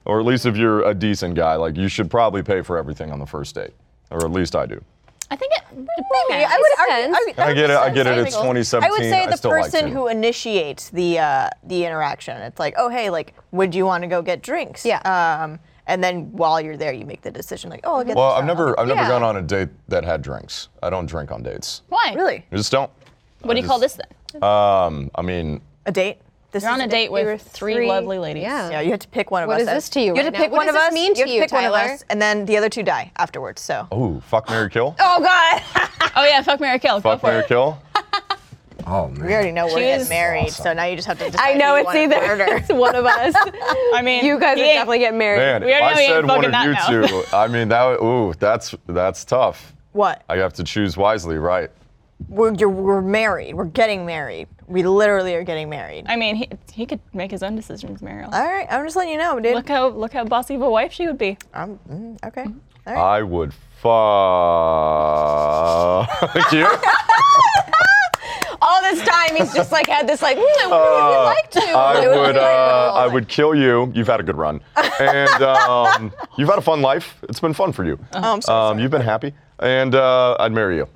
[SPEAKER 3] or at least if you're a decent guy. Like you should probably pay for everything on the first date, or at least I do.
[SPEAKER 1] I think it
[SPEAKER 2] Yeah,
[SPEAKER 4] I would argue.
[SPEAKER 2] sense.
[SPEAKER 4] I, would-
[SPEAKER 3] I get it. I get it.
[SPEAKER 4] I
[SPEAKER 3] It's
[SPEAKER 4] would-
[SPEAKER 3] 2017.
[SPEAKER 4] I would say the
[SPEAKER 3] still like
[SPEAKER 4] person
[SPEAKER 3] to.
[SPEAKER 4] who initiates the uh, the interaction. It's like, oh hey, like, would you want to go get drinks?
[SPEAKER 2] Yeah.
[SPEAKER 4] Um, and then while you're there, you make the decision, like, oh, I'll get.
[SPEAKER 3] Well,
[SPEAKER 4] this
[SPEAKER 3] I've
[SPEAKER 4] out.
[SPEAKER 3] never I've never
[SPEAKER 2] Yeah.
[SPEAKER 3] gone on a date that had drinks. I don't drink on dates.
[SPEAKER 1] why?
[SPEAKER 4] really
[SPEAKER 3] I just don't.
[SPEAKER 1] What do you call this then?
[SPEAKER 3] Um, I mean,
[SPEAKER 4] a date. This
[SPEAKER 1] You're
[SPEAKER 4] is
[SPEAKER 1] on a date with three,
[SPEAKER 2] three-
[SPEAKER 1] lovely ladies.
[SPEAKER 2] yeah.
[SPEAKER 4] Yeah, you have to pick one of
[SPEAKER 2] What is
[SPEAKER 4] us.
[SPEAKER 2] this to you
[SPEAKER 4] You
[SPEAKER 2] right
[SPEAKER 4] have to
[SPEAKER 2] now?
[SPEAKER 4] pick
[SPEAKER 2] What
[SPEAKER 4] one
[SPEAKER 2] does
[SPEAKER 4] of
[SPEAKER 2] this
[SPEAKER 4] us.
[SPEAKER 2] mean to
[SPEAKER 4] have
[SPEAKER 2] you,
[SPEAKER 4] pick one of
[SPEAKER 2] Tyler?
[SPEAKER 4] us, and then the other two die afterwards. So.
[SPEAKER 3] ooh, fuck, Mary kill.
[SPEAKER 2] Oh God.
[SPEAKER 1] Oh yeah, fuck Mary Kill. Go
[SPEAKER 3] Fuck,
[SPEAKER 1] for
[SPEAKER 3] Mary
[SPEAKER 1] it.
[SPEAKER 3] kill. oh man.
[SPEAKER 4] We already know we're
[SPEAKER 1] Choose-
[SPEAKER 4] getting married, so now you just have to decide.
[SPEAKER 2] I know
[SPEAKER 4] who you
[SPEAKER 2] it's
[SPEAKER 4] wanna
[SPEAKER 2] either
[SPEAKER 4] murder.
[SPEAKER 2] it's one of us.
[SPEAKER 1] I mean,
[SPEAKER 2] (laughs) You guys
[SPEAKER 1] he
[SPEAKER 2] are
[SPEAKER 1] ain't-
[SPEAKER 2] definitely getting married.
[SPEAKER 3] Man,
[SPEAKER 1] We
[SPEAKER 3] if I
[SPEAKER 1] already know you
[SPEAKER 3] said
[SPEAKER 1] ain't
[SPEAKER 3] one of you
[SPEAKER 1] fucking that
[SPEAKER 3] two, I mean that. Ooh, that's that's tough.
[SPEAKER 4] (laughs) What?
[SPEAKER 3] I have to choose wisely, right?
[SPEAKER 4] We're, you're, we're married. We're getting married. We literally are getting married.
[SPEAKER 1] I mean, he, he could make his own decisions, Meryl.
[SPEAKER 4] All right, I'm just letting you know, dude.
[SPEAKER 1] Look how look how bossy of a wife she would be.
[SPEAKER 4] I'm, mm, okay. (laughs) All right.
[SPEAKER 3] I would fuck you.
[SPEAKER 2] All this time he's just like had this
[SPEAKER 4] (laughs)
[SPEAKER 2] like mm, I
[SPEAKER 4] Oh,
[SPEAKER 2] wonder what
[SPEAKER 3] Uh,
[SPEAKER 2] we like to.
[SPEAKER 3] I
[SPEAKER 2] It was
[SPEAKER 3] would.
[SPEAKER 2] like,
[SPEAKER 3] Uh,
[SPEAKER 2] oh,
[SPEAKER 3] I would kill you. You've had a good run, and um, (laughs) you've had a fun life. It's been fun for you.
[SPEAKER 4] Oh, I'm so
[SPEAKER 3] Um, you've been happy, and uh, I'd marry you.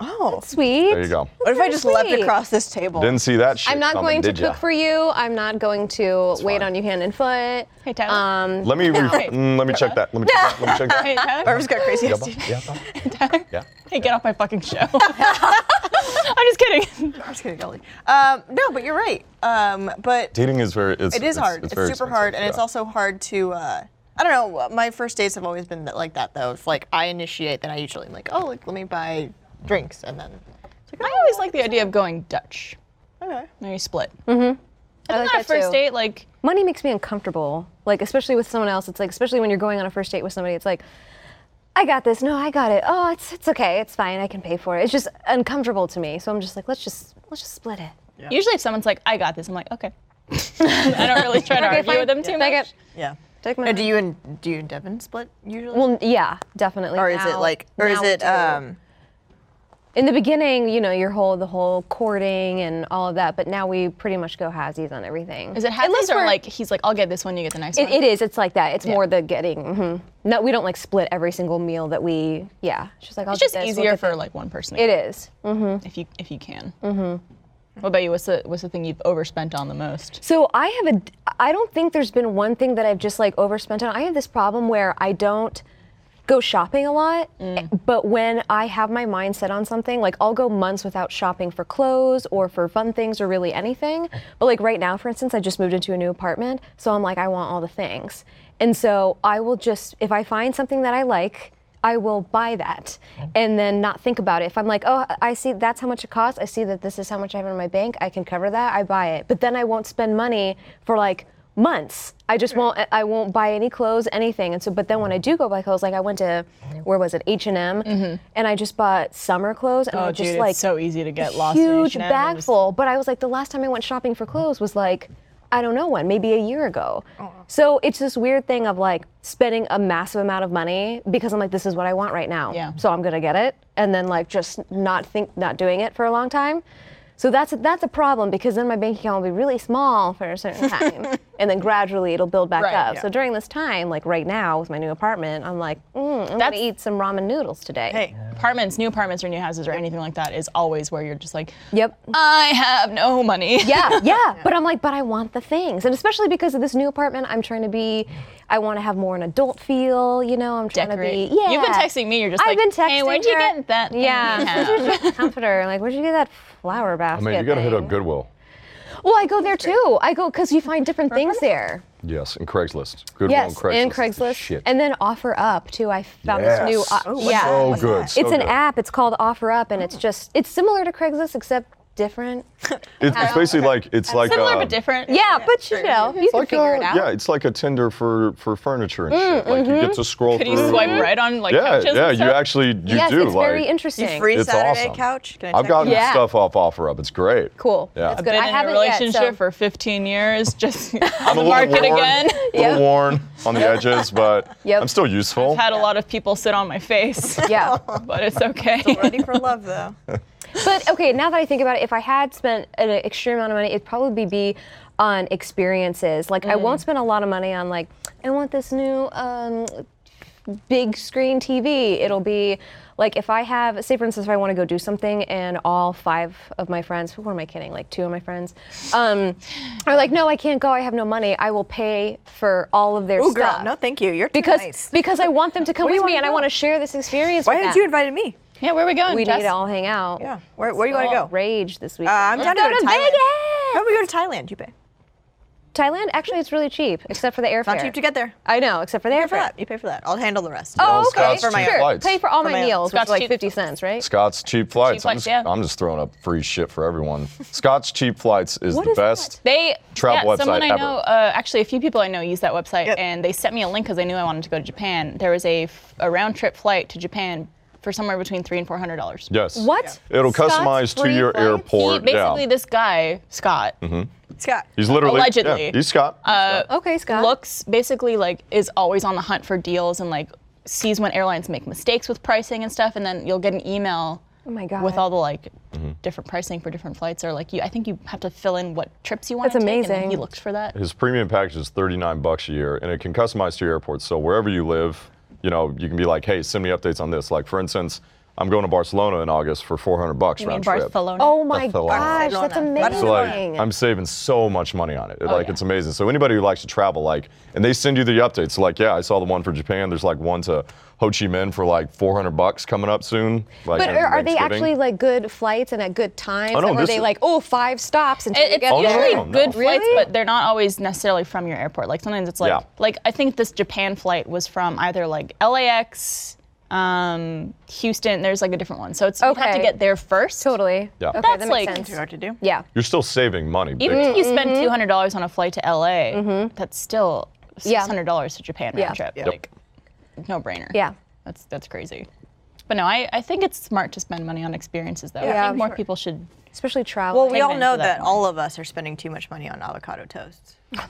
[SPEAKER 4] Oh,
[SPEAKER 2] sweet.
[SPEAKER 3] There you go.
[SPEAKER 4] what if I just leapt
[SPEAKER 2] Sweet.
[SPEAKER 4] across this table?
[SPEAKER 3] Uh, Didn't see that shit
[SPEAKER 2] I'm not
[SPEAKER 3] coming,
[SPEAKER 2] going to
[SPEAKER 3] did ya?
[SPEAKER 2] cook for you. I'm not going to wait
[SPEAKER 3] fine.
[SPEAKER 2] on you hand and foot.
[SPEAKER 1] Hey Tyler.
[SPEAKER 2] Um, (laughs)
[SPEAKER 3] Let me. Re- mm, let me check that. Let me check that. Let me check that.
[SPEAKER 1] hey Tyler.
[SPEAKER 4] Barbara's got crazy.
[SPEAKER 3] Yeah,
[SPEAKER 4] eyes,
[SPEAKER 2] (laughs)
[SPEAKER 3] bye.
[SPEAKER 4] (laughs) dude.
[SPEAKER 3] Yeah, bye.
[SPEAKER 1] Tyler.
[SPEAKER 3] Yeah.
[SPEAKER 1] Hey, get off my fucking (laughs) show. I'm just kidding.
[SPEAKER 4] I'm just gonna go. Um, no, but you're right. Um, but
[SPEAKER 3] Dating is very. It's,
[SPEAKER 4] it is hard. It's,
[SPEAKER 3] very
[SPEAKER 4] super
[SPEAKER 3] expensive,
[SPEAKER 4] hard, and it's
[SPEAKER 3] yeah.
[SPEAKER 4] also hard to. Uh, I don't know. My first dates have always been like that, though. If like I initiate, then I usually am like, oh, like let me buy drinks, and then
[SPEAKER 1] I always like the idea of going Dutch.
[SPEAKER 4] okay.
[SPEAKER 1] Now you split.
[SPEAKER 2] I like
[SPEAKER 1] Not a
[SPEAKER 2] that
[SPEAKER 1] first
[SPEAKER 2] too.
[SPEAKER 1] date, like
[SPEAKER 2] Money makes me uncomfortable. Like especially with someone else. It's like especially when you're going on a first date with somebody. It's like. I got this. No, I got it. Oh, it's it's okay. It's fine. I can pay for it. It's just uncomfortable to me. So I'm just like, let's just let's just split it.
[SPEAKER 1] usually if someone's like, I got this, I'm like, (laughs) okay. I don't really try to
[SPEAKER 2] Okay,
[SPEAKER 1] argue
[SPEAKER 2] fine.
[SPEAKER 1] with them too
[SPEAKER 2] Take
[SPEAKER 1] much.
[SPEAKER 2] it.
[SPEAKER 4] Yeah.
[SPEAKER 2] Take my
[SPEAKER 4] Now, do you and do you and Devin split usually?
[SPEAKER 2] Well, yeah, definitely.
[SPEAKER 4] or is
[SPEAKER 2] now-
[SPEAKER 4] it um, like, or is
[SPEAKER 2] now we
[SPEAKER 4] it
[SPEAKER 2] do.
[SPEAKER 4] um,
[SPEAKER 2] in the beginning, you know, your whole the whole courting and all of that, but now we pretty much go halsies on everything.
[SPEAKER 1] Is it
[SPEAKER 2] Unless
[SPEAKER 1] half or
[SPEAKER 2] we're-
[SPEAKER 1] like he's like, I'll get this one, you get the next
[SPEAKER 2] It,
[SPEAKER 1] one?
[SPEAKER 2] it is. It's like that. It's more the getting. mhm. No, we don't like split every single meal that we. Yeah, she's like, I'll
[SPEAKER 1] It's just
[SPEAKER 2] get this, we'll
[SPEAKER 1] easier
[SPEAKER 2] get
[SPEAKER 1] for
[SPEAKER 2] that.
[SPEAKER 1] like one person. to
[SPEAKER 2] It
[SPEAKER 1] get
[SPEAKER 2] is.
[SPEAKER 1] if you if you can. Mm-hmm. What about you? What's the what's the thing you've overspent on the most?
[SPEAKER 2] So I have a. I don't think there's been one thing that I've just like overspent on. I have this problem where I don't go shopping a lot, but when I have my mind set on something, like I'll go months without shopping for clothes or for fun things or really anything. But like right now, for instance, I just moved into a new apartment, so I'm like, I want all the things, and so I will just if I find something that I like. I will buy that and then not think about it. If I'm like, oh, I see that's how much it costs. I see that this is how much I have in my bank. I can cover that. I buy it. But then I won't spend money for like months. I just won't. I won't buy any clothes, anything. And so, but then when I do go buy clothes, like I went to
[SPEAKER 1] Mm-hmm.
[SPEAKER 2] where was it H and M, and I just bought summer clothes, and I
[SPEAKER 1] Oh,
[SPEAKER 2] just
[SPEAKER 1] dude,
[SPEAKER 2] like
[SPEAKER 1] it's so easy to get lost.
[SPEAKER 2] huge
[SPEAKER 1] in H&M and
[SPEAKER 2] bag
[SPEAKER 1] just-
[SPEAKER 2] full. But I was like, the last time I went shopping for clothes was like, I don't know when, maybe a year ago.
[SPEAKER 1] Oh.
[SPEAKER 2] So it's this weird thing of like spending a massive amount of money because I'm like, this is what I want right now.
[SPEAKER 1] Yeah.
[SPEAKER 2] So I'm gonna get it, and then like just not think, not doing it for a long time. So that's that's a problem because then my bank account will be really small for
[SPEAKER 1] (laughs)
[SPEAKER 2] a certain time, and then gradually it'll build back
[SPEAKER 1] Right,
[SPEAKER 2] up.
[SPEAKER 1] yeah.
[SPEAKER 2] So during this time, like right now with my new apartment, I'm like, mm, I'm gonna
[SPEAKER 1] That's-
[SPEAKER 2] eat some ramen noodles today.
[SPEAKER 4] Hey,
[SPEAKER 1] Apartments, new apartments or new houses or anything like that is always where you're just like,
[SPEAKER 2] Yep.
[SPEAKER 1] I have no money. (laughs)
[SPEAKER 2] yeah, yeah. But I'm like, but I want the things, and especially because of this new apartment, I'm trying to be, I want to have more an adult feel. You know, I'm trying
[SPEAKER 1] Decorate.
[SPEAKER 2] to be. Yeah.
[SPEAKER 1] You've been texting me. You're just
[SPEAKER 2] I've
[SPEAKER 1] like,
[SPEAKER 2] been texting
[SPEAKER 1] hey, where'd you
[SPEAKER 2] her.
[SPEAKER 1] get that? thing (laughs) you have?"
[SPEAKER 2] Yeah. Comforter. Like, where'd you get that flower
[SPEAKER 3] I
[SPEAKER 2] basket?
[SPEAKER 3] mean, you got to hit
[SPEAKER 2] thing?
[SPEAKER 3] up Goodwill.
[SPEAKER 2] Well, I go there too. I go because you find different things there.
[SPEAKER 3] Yes, and Craigslist. Goodwill
[SPEAKER 2] Yes,
[SPEAKER 3] and Craigslist.
[SPEAKER 2] and
[SPEAKER 3] is the
[SPEAKER 2] Craigslist,
[SPEAKER 3] Shit.
[SPEAKER 2] and then Offer Up too. I found this new.
[SPEAKER 3] Yes.
[SPEAKER 2] op- yeah.
[SPEAKER 3] So good. so
[SPEAKER 2] it's an
[SPEAKER 3] good.
[SPEAKER 2] app. It's called Offer Up, and it's just it's similar to Craigslist except
[SPEAKER 1] (laughs)
[SPEAKER 2] different.
[SPEAKER 3] It's, it's basically like it's like
[SPEAKER 1] Similar
[SPEAKER 3] uh,
[SPEAKER 1] but different.
[SPEAKER 2] Yeah, but you know you can
[SPEAKER 3] like
[SPEAKER 2] figure
[SPEAKER 3] a-
[SPEAKER 2] it out. Mm,
[SPEAKER 3] Yeah, it's like a Tinder for for furniture and shit. Like you
[SPEAKER 2] mm-hmm.
[SPEAKER 3] get to scroll
[SPEAKER 1] Could you
[SPEAKER 3] through.
[SPEAKER 1] swipe right on like
[SPEAKER 3] Mm-hmm. yeah,
[SPEAKER 1] couches and
[SPEAKER 3] yeah. You
[SPEAKER 1] stuff?
[SPEAKER 3] actually you
[SPEAKER 2] yes,
[SPEAKER 3] do
[SPEAKER 2] it's
[SPEAKER 3] like
[SPEAKER 2] very
[SPEAKER 4] you
[SPEAKER 2] interesting.
[SPEAKER 4] free
[SPEAKER 3] it's
[SPEAKER 4] Saturday
[SPEAKER 3] awesome.
[SPEAKER 4] couch? Can I
[SPEAKER 3] I've
[SPEAKER 4] check
[SPEAKER 3] gotten
[SPEAKER 4] it out?
[SPEAKER 2] Yeah.
[SPEAKER 3] stuff off OfferUp. It's great.
[SPEAKER 2] Cool.
[SPEAKER 3] Yeah.
[SPEAKER 2] That's
[SPEAKER 3] I've
[SPEAKER 2] good.
[SPEAKER 1] Been
[SPEAKER 2] I
[SPEAKER 1] in a
[SPEAKER 2] haven't
[SPEAKER 1] relationship
[SPEAKER 2] yet. So.
[SPEAKER 1] for 15 years,
[SPEAKER 2] (laughs)
[SPEAKER 1] just on (laughs)
[SPEAKER 3] I'm
[SPEAKER 1] the
[SPEAKER 3] a little
[SPEAKER 1] market
[SPEAKER 3] worn,
[SPEAKER 1] again.
[SPEAKER 3] A little
[SPEAKER 2] Yep.
[SPEAKER 3] worn on the edges, but
[SPEAKER 2] Yep.
[SPEAKER 3] I'm still useful.
[SPEAKER 1] Had a lot of people sit on my
[SPEAKER 2] (laughs)
[SPEAKER 1] face, (laughs)
[SPEAKER 4] (laughs)
[SPEAKER 2] yeah.
[SPEAKER 1] but it's okay.
[SPEAKER 4] Ready for love though.
[SPEAKER 2] But okay, now that I think about it, if I had spent an extreme amount of money, it'd probably be on experiences. Like I
[SPEAKER 4] Mm.
[SPEAKER 2] won't spend a lot of money on like I want this new um, big screen TV. It'll be like if I have, say for instance, if I want to go do something and all five of my friends, who am I kidding? Like two of my friends um, are like, no, I can't go. I have no money. I will pay for all of their
[SPEAKER 4] Ooh,
[SPEAKER 2] stuff.
[SPEAKER 4] girl, no, thank you. You're too
[SPEAKER 2] because
[SPEAKER 4] nice.
[SPEAKER 2] because I want them to come
[SPEAKER 4] Where
[SPEAKER 2] with
[SPEAKER 4] do you
[SPEAKER 2] me
[SPEAKER 4] wanna
[SPEAKER 2] and I
[SPEAKER 4] go?
[SPEAKER 2] want to share this experience.
[SPEAKER 4] Why
[SPEAKER 2] with
[SPEAKER 4] haven't
[SPEAKER 2] them.
[SPEAKER 4] you invited me?
[SPEAKER 1] yeah, where are we going?
[SPEAKER 2] We
[SPEAKER 1] Jess?
[SPEAKER 2] need to all hang out.
[SPEAKER 4] Yeah. Where, where do you want to go?
[SPEAKER 2] Rage this week.
[SPEAKER 4] Uh, I'm down to go to Thailand.
[SPEAKER 2] Vegas.
[SPEAKER 4] How about we go to Thailand? You pay.
[SPEAKER 2] Thailand. Actually, it's really cheap, except for the airfare.
[SPEAKER 4] Not cheap to get there.
[SPEAKER 2] I know, except for the
[SPEAKER 4] Pay for
[SPEAKER 2] airfare.
[SPEAKER 4] that. You pay for that. I'll handle the rest.
[SPEAKER 2] Oh,
[SPEAKER 3] Well,
[SPEAKER 2] okay.
[SPEAKER 3] Scott's cheap
[SPEAKER 2] sure.
[SPEAKER 3] flights.
[SPEAKER 2] Pay for all
[SPEAKER 4] For
[SPEAKER 2] my
[SPEAKER 4] my-
[SPEAKER 2] meals, which is
[SPEAKER 1] Scott's
[SPEAKER 2] like
[SPEAKER 1] cheap-
[SPEAKER 2] 50 cents, right?
[SPEAKER 3] Scott's cheap flights. I'm,
[SPEAKER 1] flights,
[SPEAKER 3] just,
[SPEAKER 1] yeah.
[SPEAKER 3] I'm just throwing up free shit for everyone. Scott's cheap flights is
[SPEAKER 2] What
[SPEAKER 3] the
[SPEAKER 2] is that?
[SPEAKER 3] best.
[SPEAKER 1] They
[SPEAKER 3] Travel
[SPEAKER 1] yeah,
[SPEAKER 3] website
[SPEAKER 1] someone I
[SPEAKER 3] ever.
[SPEAKER 1] know, uh, actually a few people I know use that website,
[SPEAKER 4] Yep.
[SPEAKER 1] and they sent me a link because they knew I wanted to go to Japan. There was a, f- a round trip flight to Japan for somewhere between three and four hundred dollars.
[SPEAKER 3] Yes.
[SPEAKER 2] What?
[SPEAKER 3] It'll
[SPEAKER 2] Scott's
[SPEAKER 3] customize to
[SPEAKER 2] free
[SPEAKER 3] your
[SPEAKER 2] flights?
[SPEAKER 1] He,
[SPEAKER 3] airport.
[SPEAKER 1] basically,
[SPEAKER 3] yeah.
[SPEAKER 1] this guy Scott
[SPEAKER 4] Scott.
[SPEAKER 3] He's literally
[SPEAKER 1] Allegedly.
[SPEAKER 3] Yeah, he's Scott.
[SPEAKER 2] Okay, Scott.
[SPEAKER 1] looks basically like is always on the hunt for deals and like sees when airlines make mistakes with pricing and stuff, and then you'll get an email.
[SPEAKER 2] Oh my God.
[SPEAKER 1] With all the like
[SPEAKER 3] Mm-hmm.
[SPEAKER 1] different pricing for different flights, or like you, I think you have to fill in what trips you want.
[SPEAKER 2] That's
[SPEAKER 1] to Take, and
[SPEAKER 2] amazing.
[SPEAKER 1] then he looked for that.
[SPEAKER 3] His premium package is 39 bucks a year, and it can customize to your airport. So wherever you live, you know, you can be like, hey, send me updates on this. Like for instance, I'm going to Barcelona in August for 400 bucks
[SPEAKER 1] In
[SPEAKER 3] round trip.
[SPEAKER 1] Barcelona.
[SPEAKER 2] oh my gosh,
[SPEAKER 3] Barcelona.
[SPEAKER 2] that's
[SPEAKER 4] Barcelona.
[SPEAKER 2] amazing.
[SPEAKER 3] So like, I'm saving so much money on
[SPEAKER 2] Oh,
[SPEAKER 3] it. like
[SPEAKER 1] yeah.
[SPEAKER 3] it's amazing. So anybody who likes to travel, like, and they send you the updates. So, like, yeah, I saw the one for Japan. There's like one to Ho Chi Minh for like 400 bucks coming up soon. Like,
[SPEAKER 2] but
[SPEAKER 3] on
[SPEAKER 2] are, are they
[SPEAKER 3] Thanksgiving.
[SPEAKER 2] actually like good flights and at good times?
[SPEAKER 3] Oh, no,
[SPEAKER 2] or are
[SPEAKER 3] this
[SPEAKER 2] they
[SPEAKER 3] is-
[SPEAKER 2] like, oh, five stops and
[SPEAKER 1] It- it's
[SPEAKER 3] Oh, no,
[SPEAKER 1] usually
[SPEAKER 3] no, no.
[SPEAKER 1] good flights,
[SPEAKER 2] Really?
[SPEAKER 1] but they're not always necessarily from your airport. Like sometimes it's like
[SPEAKER 3] Yeah.
[SPEAKER 1] like I think this Japan flight was from either like LAX, um, Houston. There's like a different one, so it's you have
[SPEAKER 2] Okay.
[SPEAKER 1] to get there first.
[SPEAKER 2] Totally.
[SPEAKER 3] Yeah.
[SPEAKER 2] Okay,
[SPEAKER 1] That's
[SPEAKER 2] that makes
[SPEAKER 1] like-
[SPEAKER 4] Too
[SPEAKER 2] sense.
[SPEAKER 4] hard to do.
[SPEAKER 2] Yeah.
[SPEAKER 3] You're still saving money. big
[SPEAKER 1] Even
[SPEAKER 3] time.
[SPEAKER 1] if
[SPEAKER 2] Mm,
[SPEAKER 1] you spend two hundred dollars on a flight to LA, that's still
[SPEAKER 2] mm-hmm. Yeah.
[SPEAKER 1] six hundred dollars to Japan round
[SPEAKER 2] Yeah.
[SPEAKER 1] trip.
[SPEAKER 4] Yep.
[SPEAKER 1] Like no brainer.
[SPEAKER 2] Yeah.
[SPEAKER 1] that's that's crazy. But no, I, I think it's smart to spend money on experiences though. I
[SPEAKER 2] Yeah,
[SPEAKER 1] think more
[SPEAKER 2] sure.
[SPEAKER 1] people should.
[SPEAKER 2] Especially travel.
[SPEAKER 4] Well, we all
[SPEAKER 1] advantage
[SPEAKER 4] know
[SPEAKER 1] of that
[SPEAKER 4] that all of us are spending too much money on avocado toasts.
[SPEAKER 2] that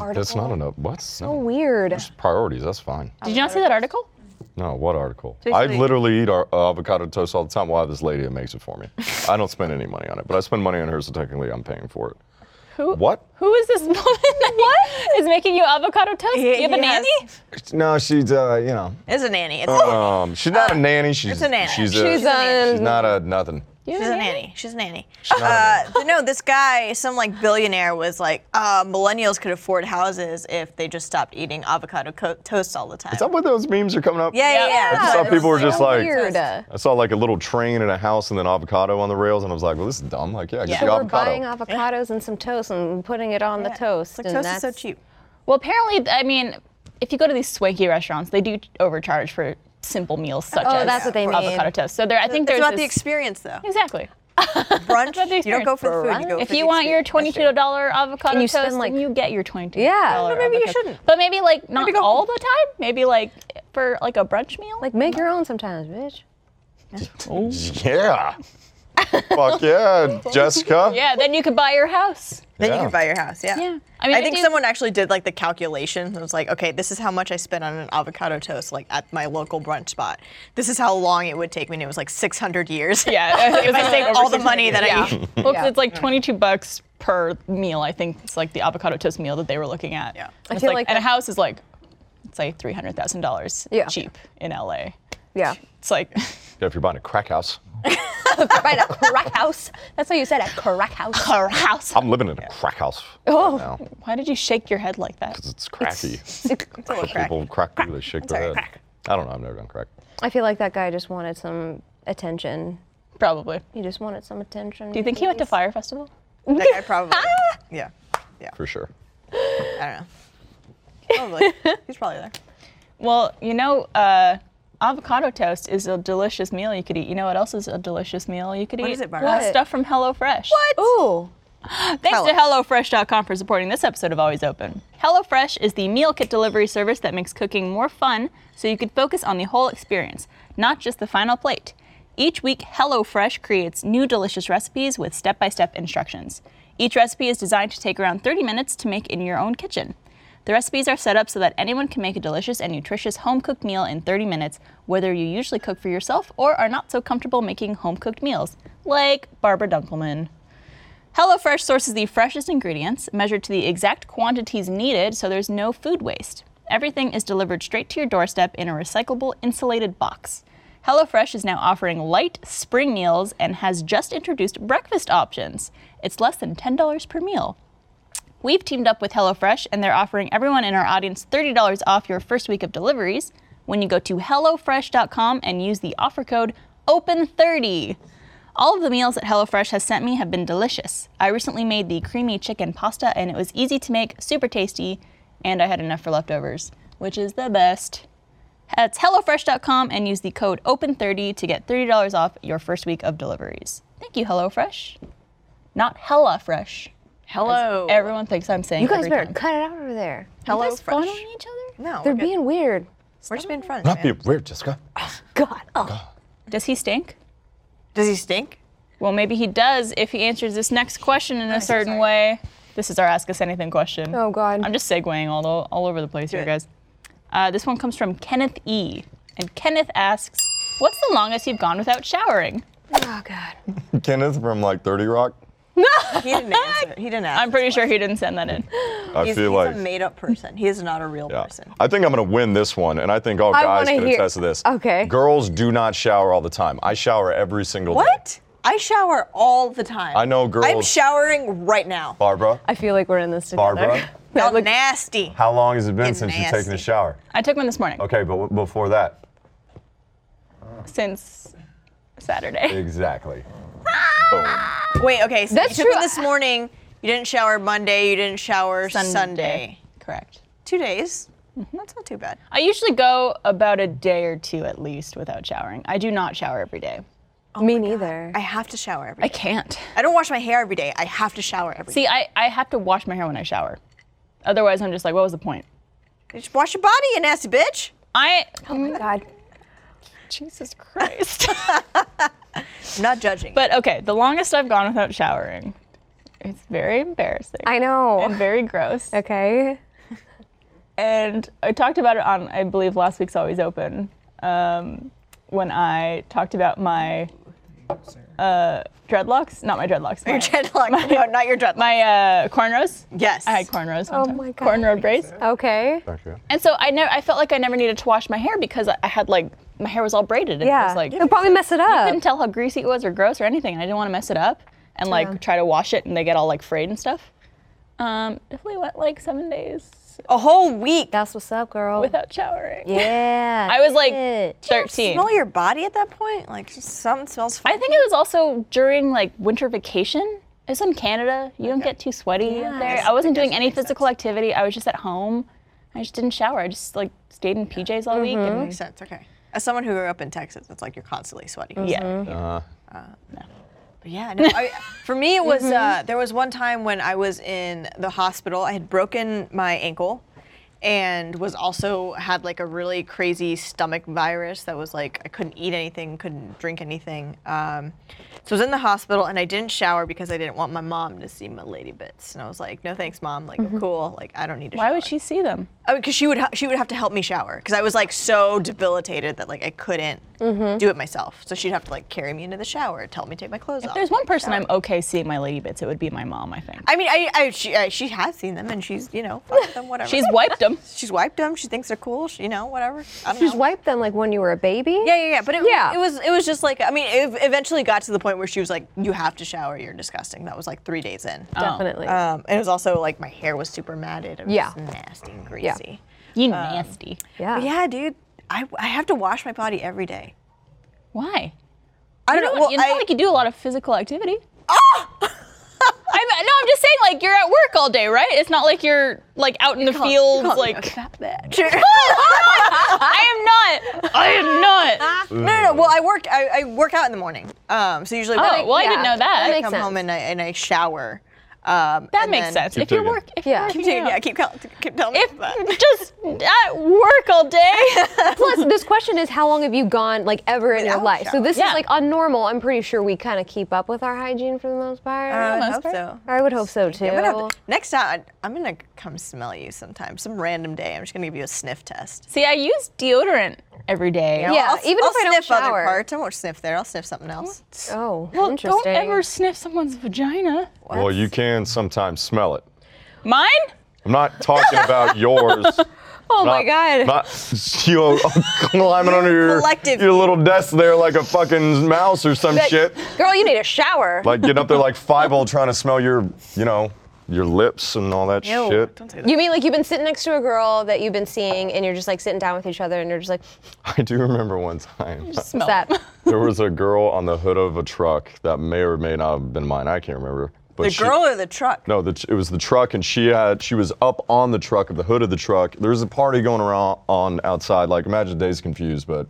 [SPEAKER 2] article.
[SPEAKER 3] That's not enough. What?
[SPEAKER 2] So weird.
[SPEAKER 3] Priorities. That's fine.
[SPEAKER 1] Did you not see that article?
[SPEAKER 3] No, what article? I
[SPEAKER 4] Basically-
[SPEAKER 3] literally eat our, uh, avocado toast all the time. Why have this lady that makes it for me? I don't spend any money on it, but I spend money on her, so technically I'm paying for it.
[SPEAKER 1] Who?
[SPEAKER 3] What?
[SPEAKER 1] Who is this woman? What (laughs) is making you avocado toast?
[SPEAKER 4] He-
[SPEAKER 1] you have a
[SPEAKER 4] he has-
[SPEAKER 1] nanny?
[SPEAKER 3] No, she's uh, you know,
[SPEAKER 2] (gasps)
[SPEAKER 4] It's a nanny. It's,
[SPEAKER 3] um, she's not a nanny. She's
[SPEAKER 4] a nanny.
[SPEAKER 3] She's, a,
[SPEAKER 2] She's on.
[SPEAKER 3] she's not a nothing.
[SPEAKER 4] She's a nanny. She's a nanny. Uh, but no, this guy, some like billionaire, was like, uh, millennials could afford houses if they just stopped eating avocado co- toast all the time.
[SPEAKER 3] Is that what those memes are coming up?
[SPEAKER 4] yeah, yeah, yeah.
[SPEAKER 3] I just thought
[SPEAKER 2] it's
[SPEAKER 3] people were
[SPEAKER 2] so
[SPEAKER 3] just like,
[SPEAKER 2] weird.
[SPEAKER 3] I saw like a little train and a house and then avocado on the rails, and I was like, well, this is dumb. Like, yeah, get
[SPEAKER 4] So
[SPEAKER 3] the
[SPEAKER 2] We're
[SPEAKER 3] avocado.
[SPEAKER 2] buying avocados and some toast and putting it on the toast.
[SPEAKER 4] Like,
[SPEAKER 2] and
[SPEAKER 4] toast is so
[SPEAKER 2] that's-
[SPEAKER 4] cheap.
[SPEAKER 1] Well, apparently, I mean, if you go to these swanky restaurants, they do overcharge for simple meals such
[SPEAKER 2] Oh,
[SPEAKER 1] as
[SPEAKER 2] that's what they mean.
[SPEAKER 1] avocado toast. So there, I think
[SPEAKER 4] It's
[SPEAKER 1] there's
[SPEAKER 4] about the
[SPEAKER 1] this-
[SPEAKER 4] experience, though.
[SPEAKER 1] exactly.
[SPEAKER 4] Brunch.
[SPEAKER 1] the
[SPEAKER 4] You don't go for the food. You go
[SPEAKER 1] If
[SPEAKER 4] for
[SPEAKER 1] you
[SPEAKER 4] the
[SPEAKER 1] want your
[SPEAKER 4] experience.
[SPEAKER 1] twenty-two dollar avocado
[SPEAKER 2] And you
[SPEAKER 1] toast,
[SPEAKER 2] spend, like-
[SPEAKER 1] then you get your twenty-two.
[SPEAKER 2] Yeah. Well,
[SPEAKER 4] maybe you
[SPEAKER 1] avocado-
[SPEAKER 4] shouldn't.
[SPEAKER 1] But maybe like not
[SPEAKER 4] go-
[SPEAKER 1] all the time. Maybe like for like a brunch meal.
[SPEAKER 2] Like make your own sometimes, bitch.
[SPEAKER 3] (laughs) Yeah. Fuck yeah, Jessica.
[SPEAKER 1] yeah, then you could buy your house.
[SPEAKER 4] Then
[SPEAKER 3] Yeah.
[SPEAKER 4] you can buy your house. Yeah.
[SPEAKER 1] Yeah. I
[SPEAKER 4] I
[SPEAKER 1] mean,
[SPEAKER 4] mean,
[SPEAKER 1] I
[SPEAKER 4] I think
[SPEAKER 1] do-
[SPEAKER 4] someone actually did like the calculation. It was like, okay, this is how much I spent on an avocado toast, like at my local brunch spot. This is how long it would take me, and it was like 600 years.
[SPEAKER 1] (laughs) Yeah,
[SPEAKER 4] (laughs) if I save all the money that I eat.
[SPEAKER 1] Well, 'cause it's like twenty-two bucks per meal. I think it's like the avocado toast meal that they were looking at.
[SPEAKER 4] Yeah. I
[SPEAKER 1] It's
[SPEAKER 2] feel like
[SPEAKER 1] and a
[SPEAKER 2] that-
[SPEAKER 1] house is like, it's like three hundred thousand dollars.
[SPEAKER 2] Yeah.
[SPEAKER 1] cheap in LA.
[SPEAKER 2] Yeah.
[SPEAKER 1] It's like (laughs)
[SPEAKER 3] Yeah, if you're buying a crack house,
[SPEAKER 2] right, a crack house. That's what you said, a crack house.
[SPEAKER 1] her house.
[SPEAKER 3] I'm living in a crack house.
[SPEAKER 2] Oh.
[SPEAKER 3] Now,
[SPEAKER 1] Why did you shake your head like that?
[SPEAKER 3] it's cracky.
[SPEAKER 4] little crack.
[SPEAKER 3] People crack, crack. they shake their
[SPEAKER 4] sorry,
[SPEAKER 3] head.
[SPEAKER 4] crack.
[SPEAKER 3] I don't know. I've never done crack.
[SPEAKER 2] I feel like that guy just wanted some attention.
[SPEAKER 1] Probably. Do
[SPEAKER 2] He just wanted some attention.
[SPEAKER 1] you think he went to Fire Festival?
[SPEAKER 4] That guy probably. yeah. (laughs) Yeah.
[SPEAKER 3] for sure.
[SPEAKER 4] I don't know. Probably. He's probably there.
[SPEAKER 1] Well, you know, uh, avocado toast is a delicious meal you could eat. You know what else is a delicious meal you could eat?
[SPEAKER 4] is it, Barb?
[SPEAKER 1] Uh,
[SPEAKER 2] What?
[SPEAKER 1] Stuff from HelloFresh. What?
[SPEAKER 2] Ooh.
[SPEAKER 1] Thanks
[SPEAKER 4] Tell
[SPEAKER 1] to HelloFresh.com for supporting this episode of Always Open. HelloFresh is the meal kit delivery service that makes cooking more fun so you can focus on the whole experience, not just the final plate. Each week, HelloFresh creates new delicious recipes with step by step instructions. Each recipe is designed to take around 30 minutes to make in your own kitchen. The recipes are set up so that anyone can make a delicious and nutritious home cooked meal in 30 minutes, whether you usually cook for yourself or are not so comfortable making home cooked meals, like Barbara Dunkelman. HelloFresh sources the freshest ingredients, measured to the exact quantities needed so there's no food waste. Everything is delivered straight to your doorstep in a recyclable, insulated box. HelloFresh is now offering light spring meals and has just introduced breakfast options. It's less than $10 per meal. We've teamed up with HelloFresh, and they're offering everyone in our audience $30 off your first week of deliveries when you go to HelloFresh.com and use the offer code OPEN30. All of the meals that HelloFresh has sent me have been delicious. I recently made the creamy chicken pasta, and it was easy to make, super tasty, and I had enough for leftovers, which is the best. That's HelloFresh.com and use the code OPEN30 to get $30 off your first week of deliveries. Thank you, HelloFresh. Not HellaFresh.
[SPEAKER 4] Hello.
[SPEAKER 1] Everyone thinks I'm saying
[SPEAKER 2] You guys
[SPEAKER 1] every
[SPEAKER 2] better
[SPEAKER 1] time.
[SPEAKER 2] cut it out over there.
[SPEAKER 1] You
[SPEAKER 4] Hello,
[SPEAKER 1] guys
[SPEAKER 4] Fresh.
[SPEAKER 1] following each other?
[SPEAKER 4] No,
[SPEAKER 2] They're
[SPEAKER 4] we're, good.
[SPEAKER 2] being weird.
[SPEAKER 4] we're just being friends.
[SPEAKER 3] Not
[SPEAKER 4] man.
[SPEAKER 3] be weird, Jessica.
[SPEAKER 2] God. Oh.
[SPEAKER 1] Does he stink?
[SPEAKER 4] Does he stink?
[SPEAKER 1] Well, maybe he does if he answers this next question in a certain way. This is our Ask Us Anything question.
[SPEAKER 2] Oh God.
[SPEAKER 1] I'm just segueing all, o- all over the place here,
[SPEAKER 4] it.
[SPEAKER 1] guys. Uh, this one comes from Kenneth E. And Kenneth asks, What's the longest you've gone without showering?
[SPEAKER 2] oh God.
[SPEAKER 3] Kenneth from like 30 Rock.
[SPEAKER 4] He didn't (laughs) answer. He didn't ask.
[SPEAKER 1] I'm pretty sure he didn't send that in.
[SPEAKER 3] I
[SPEAKER 4] He's, he's
[SPEAKER 3] feel like.
[SPEAKER 4] a made-up person. He is not a real
[SPEAKER 3] Yeah.
[SPEAKER 4] person.
[SPEAKER 3] I think I'm gonna win this one, and I think all
[SPEAKER 2] I
[SPEAKER 3] guys
[SPEAKER 2] wanna
[SPEAKER 3] can
[SPEAKER 2] hear-
[SPEAKER 3] attest to this.
[SPEAKER 2] Okay.
[SPEAKER 3] Girls do not shower all the time. I shower every single day.
[SPEAKER 4] What? I shower all the time.
[SPEAKER 3] I know
[SPEAKER 4] I'm
[SPEAKER 3] girls-
[SPEAKER 4] showering right now.
[SPEAKER 3] Barbara,
[SPEAKER 2] I feel like we're in this together.
[SPEAKER 3] Barbara,
[SPEAKER 4] Y'all nasty.
[SPEAKER 3] how long has it been
[SPEAKER 4] It's
[SPEAKER 3] since you've
[SPEAKER 4] nasty.
[SPEAKER 3] taken a shower?
[SPEAKER 1] I took one this morning
[SPEAKER 3] Okay, but w- before that,
[SPEAKER 1] since Saturday.
[SPEAKER 3] exactly. Boom.
[SPEAKER 2] Ah!
[SPEAKER 4] Wait, okay. So
[SPEAKER 2] That's
[SPEAKER 4] you took
[SPEAKER 2] true.
[SPEAKER 4] it this morning. You didn't shower Monday. You didn't shower Sunday.
[SPEAKER 1] Correct.
[SPEAKER 4] Two days.
[SPEAKER 1] Mm-hmm.
[SPEAKER 4] That's not too bad.
[SPEAKER 1] I usually go about a day or two at least without showering. I do not shower every day.
[SPEAKER 2] Me neither.
[SPEAKER 4] I have to shower every
[SPEAKER 1] I
[SPEAKER 4] day.
[SPEAKER 1] can't.
[SPEAKER 4] I don't wash my hair every day. I have to shower every day.
[SPEAKER 1] See, I, I have to wash my hair when I shower. Otherwise, I'm just like, what was the point?
[SPEAKER 4] Just wash your body, you nasty bitch.
[SPEAKER 1] I,
[SPEAKER 2] Oh my God.
[SPEAKER 1] Jesus Christ.
[SPEAKER 4] I'm not judging.
[SPEAKER 1] (laughs) but okay, the longest I've gone without showering. It's very embarrassing
[SPEAKER 2] I know.
[SPEAKER 1] (laughs) and very gross.
[SPEAKER 2] Okay.
[SPEAKER 1] And I talked about it on, I believe, last week's Always Open um, when I talked about my uh, dreadlocks. Not my dreadlocks. My,
[SPEAKER 4] Your dreadlock.
[SPEAKER 1] (laughs)
[SPEAKER 4] no, not your dreadlock.
[SPEAKER 1] my uh, cornrows.
[SPEAKER 4] yes.
[SPEAKER 1] I had cornrows. one
[SPEAKER 2] Oh
[SPEAKER 1] time.
[SPEAKER 2] my God.
[SPEAKER 1] Cornrow braids.
[SPEAKER 2] Okay.
[SPEAKER 3] Thank you.
[SPEAKER 1] And so I never. I felt like I never needed to wash my hair because I I had like my hair was all braided and it
[SPEAKER 2] Yeah.
[SPEAKER 1] was like
[SPEAKER 2] It'll probably mess it
[SPEAKER 1] I
[SPEAKER 2] up.
[SPEAKER 1] couldn't tell how greasy it was or gross or anything. And I didn't want to mess it up and like try to wash it and they get all like frayed and stuff. Um, definitely went like seven days
[SPEAKER 4] A whole week.
[SPEAKER 2] That's what's up, girl.
[SPEAKER 1] without showering.
[SPEAKER 2] (laughs) yeah.
[SPEAKER 1] I was like
[SPEAKER 2] shit.
[SPEAKER 1] 13.
[SPEAKER 4] Smell your body at that point? Like just something smells.
[SPEAKER 1] I think it was also during like winter vacation. It was in Canada. You don't get too sweaty up there. I wasn't doing any physical activity. I was just at home. I just didn't shower. I just like stayed in PJs all week. And,
[SPEAKER 2] Mm-hmm.
[SPEAKER 4] makes sense. Okay. As someone who grew up in Texas, it's like you're constantly sweaty.
[SPEAKER 1] yeah.
[SPEAKER 2] Mm-hmm.
[SPEAKER 4] But yeah, no, I, for me it was
[SPEAKER 1] Mm-hmm.
[SPEAKER 4] uh, there was one time when I was in the hospital. I had broken my ankle, and was also had like a really crazy stomach virus that was like I couldn't eat anything, couldn't drink anything. Um, so I was in the hospital and I didn't shower because I didn't want my mom to see my lady bits. And I was like, no thanks, mom. Like I'm cool. Like I don't need
[SPEAKER 1] Mm-hmm.
[SPEAKER 4] to.
[SPEAKER 1] Why
[SPEAKER 4] shower.
[SPEAKER 1] would she see them?
[SPEAKER 4] I mean, cause she would ha- she would have to help me shower because I was like so debilitated that like I couldn't
[SPEAKER 1] Mm-hmm.
[SPEAKER 4] do it myself. So she'd have to like carry me into the shower, tell me to take my clothes off.
[SPEAKER 1] There's one person I'm okay seeing my lady bits. It would be my mom, I think.
[SPEAKER 4] I mean, I, I she uh, she has seen them and she's you know fucked them whatever.
[SPEAKER 1] She's wiped
[SPEAKER 4] (laughs)
[SPEAKER 1] them.
[SPEAKER 4] she's wiped them. She thinks they're cool. She, you know whatever. I don't
[SPEAKER 2] Just
[SPEAKER 4] know.
[SPEAKER 2] wipe them like when you were a baby.
[SPEAKER 4] Yeah, yeah, yeah. But it,
[SPEAKER 2] Yeah.
[SPEAKER 4] it was it was just like I mean, it eventually got to the point where she was like, "You have to shower. You're disgusting." That was like three days in.
[SPEAKER 2] Definitely.
[SPEAKER 4] Um, and it was also like my hair was super matted. It was
[SPEAKER 2] Yeah.
[SPEAKER 4] just nasty and greasy.
[SPEAKER 1] Oh, You
[SPEAKER 4] um,
[SPEAKER 1] nasty.
[SPEAKER 2] yeah.
[SPEAKER 4] But yeah, dude, I, I have to wash my body every day.
[SPEAKER 1] Why?
[SPEAKER 4] I
[SPEAKER 1] You
[SPEAKER 4] don't
[SPEAKER 1] know, what-
[SPEAKER 4] know. Well,
[SPEAKER 1] you know
[SPEAKER 4] I, Ah!
[SPEAKER 1] like you do a lot of physical activity. (laughs) I'm, no, I'm just saying, like you're at work all day, right? It's not like you're like out in the fields, like
[SPEAKER 4] (laughs)
[SPEAKER 1] (laughs) I am not. I am not.
[SPEAKER 4] no, no, no. Well, I worked. I, I work out in the morning. Um, so usually when I,
[SPEAKER 1] Oh, well, I didn't know that.
[SPEAKER 2] That
[SPEAKER 4] I
[SPEAKER 2] makes
[SPEAKER 4] come
[SPEAKER 2] sense.
[SPEAKER 4] home and I, and I shower. Um,
[SPEAKER 1] That
[SPEAKER 4] and
[SPEAKER 1] makes
[SPEAKER 4] then-
[SPEAKER 1] sense.
[SPEAKER 3] Keep
[SPEAKER 1] If you're
[SPEAKER 3] digging.
[SPEAKER 1] work, if
[SPEAKER 2] Yeah.
[SPEAKER 1] yeah.
[SPEAKER 2] Keep
[SPEAKER 4] Keep taking- yeah, keep, call- keep telling me that.
[SPEAKER 1] if just at work all
[SPEAKER 4] (laughs)
[SPEAKER 1] day.
[SPEAKER 2] Plus, this question is how long have you gone like ever in your
[SPEAKER 4] Without
[SPEAKER 2] life? So this
[SPEAKER 1] shower.
[SPEAKER 2] is
[SPEAKER 1] Yeah.
[SPEAKER 2] like on normal. I'm pretty sure we kind of keep up with our hygiene for the most part.
[SPEAKER 4] I would
[SPEAKER 1] most
[SPEAKER 4] hope
[SPEAKER 1] part.
[SPEAKER 4] so.
[SPEAKER 2] I would hope so too.
[SPEAKER 4] Yeah, I'm gonna have to- next time, I- I'm gonna come smell you sometime, some random day. I'm just gonna give you a sniff test.
[SPEAKER 1] See, I use deodorant every day.
[SPEAKER 2] Yeah,
[SPEAKER 4] I'll,
[SPEAKER 2] even
[SPEAKER 4] I'll
[SPEAKER 2] if I don't
[SPEAKER 4] sniff
[SPEAKER 2] shower.
[SPEAKER 4] other parts, I won't sniff there. I'll sniff something else.
[SPEAKER 2] oh,
[SPEAKER 1] Well,
[SPEAKER 2] interesting.
[SPEAKER 1] don't ever sniff someone's vagina.
[SPEAKER 3] Well, you can sometimes smell it.
[SPEAKER 1] Mine?
[SPEAKER 3] I'm not talking
[SPEAKER 2] (laughs)
[SPEAKER 3] about yours.
[SPEAKER 2] oh my God.
[SPEAKER 3] Not- Not you (laughs) climbing under your
[SPEAKER 4] Collective.
[SPEAKER 3] your little desk there like a fucking mouse or some shit.
[SPEAKER 2] Girl, you need a shower.
[SPEAKER 3] Like getting up there like five old trying to smell your you know your lips and all that shit.
[SPEAKER 4] don't say that.
[SPEAKER 2] you mean like you've been sitting next to a girl that you've been seeing and you're just like sitting down with each other and you're just like,
[SPEAKER 3] I do remember one time
[SPEAKER 1] Smell.
[SPEAKER 2] what's (laughs) that?
[SPEAKER 3] there was a girl on the hood of a truck that may or may not have been mine. I can't remember. But
[SPEAKER 4] the
[SPEAKER 3] she-
[SPEAKER 4] girl or
[SPEAKER 3] (laughs)
[SPEAKER 4] the truck?
[SPEAKER 3] No, the, it was the truck, and she had she was up on the truck of the hood of the truck. There was a party going around on outside. Like imagine Days Confused, but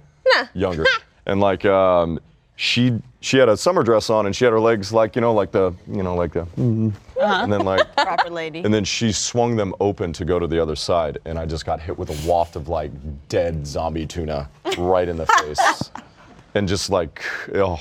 [SPEAKER 3] younger. and like um, she she had a summer dress on, and she had her legs like you know like the you know like the,
[SPEAKER 4] Mm-hmm.
[SPEAKER 3] and then like
[SPEAKER 4] Proper lady.
[SPEAKER 3] and then she swung them open to go to the other side, and I just got hit with a waft of like dead zombie tuna right in the face, and just like oh.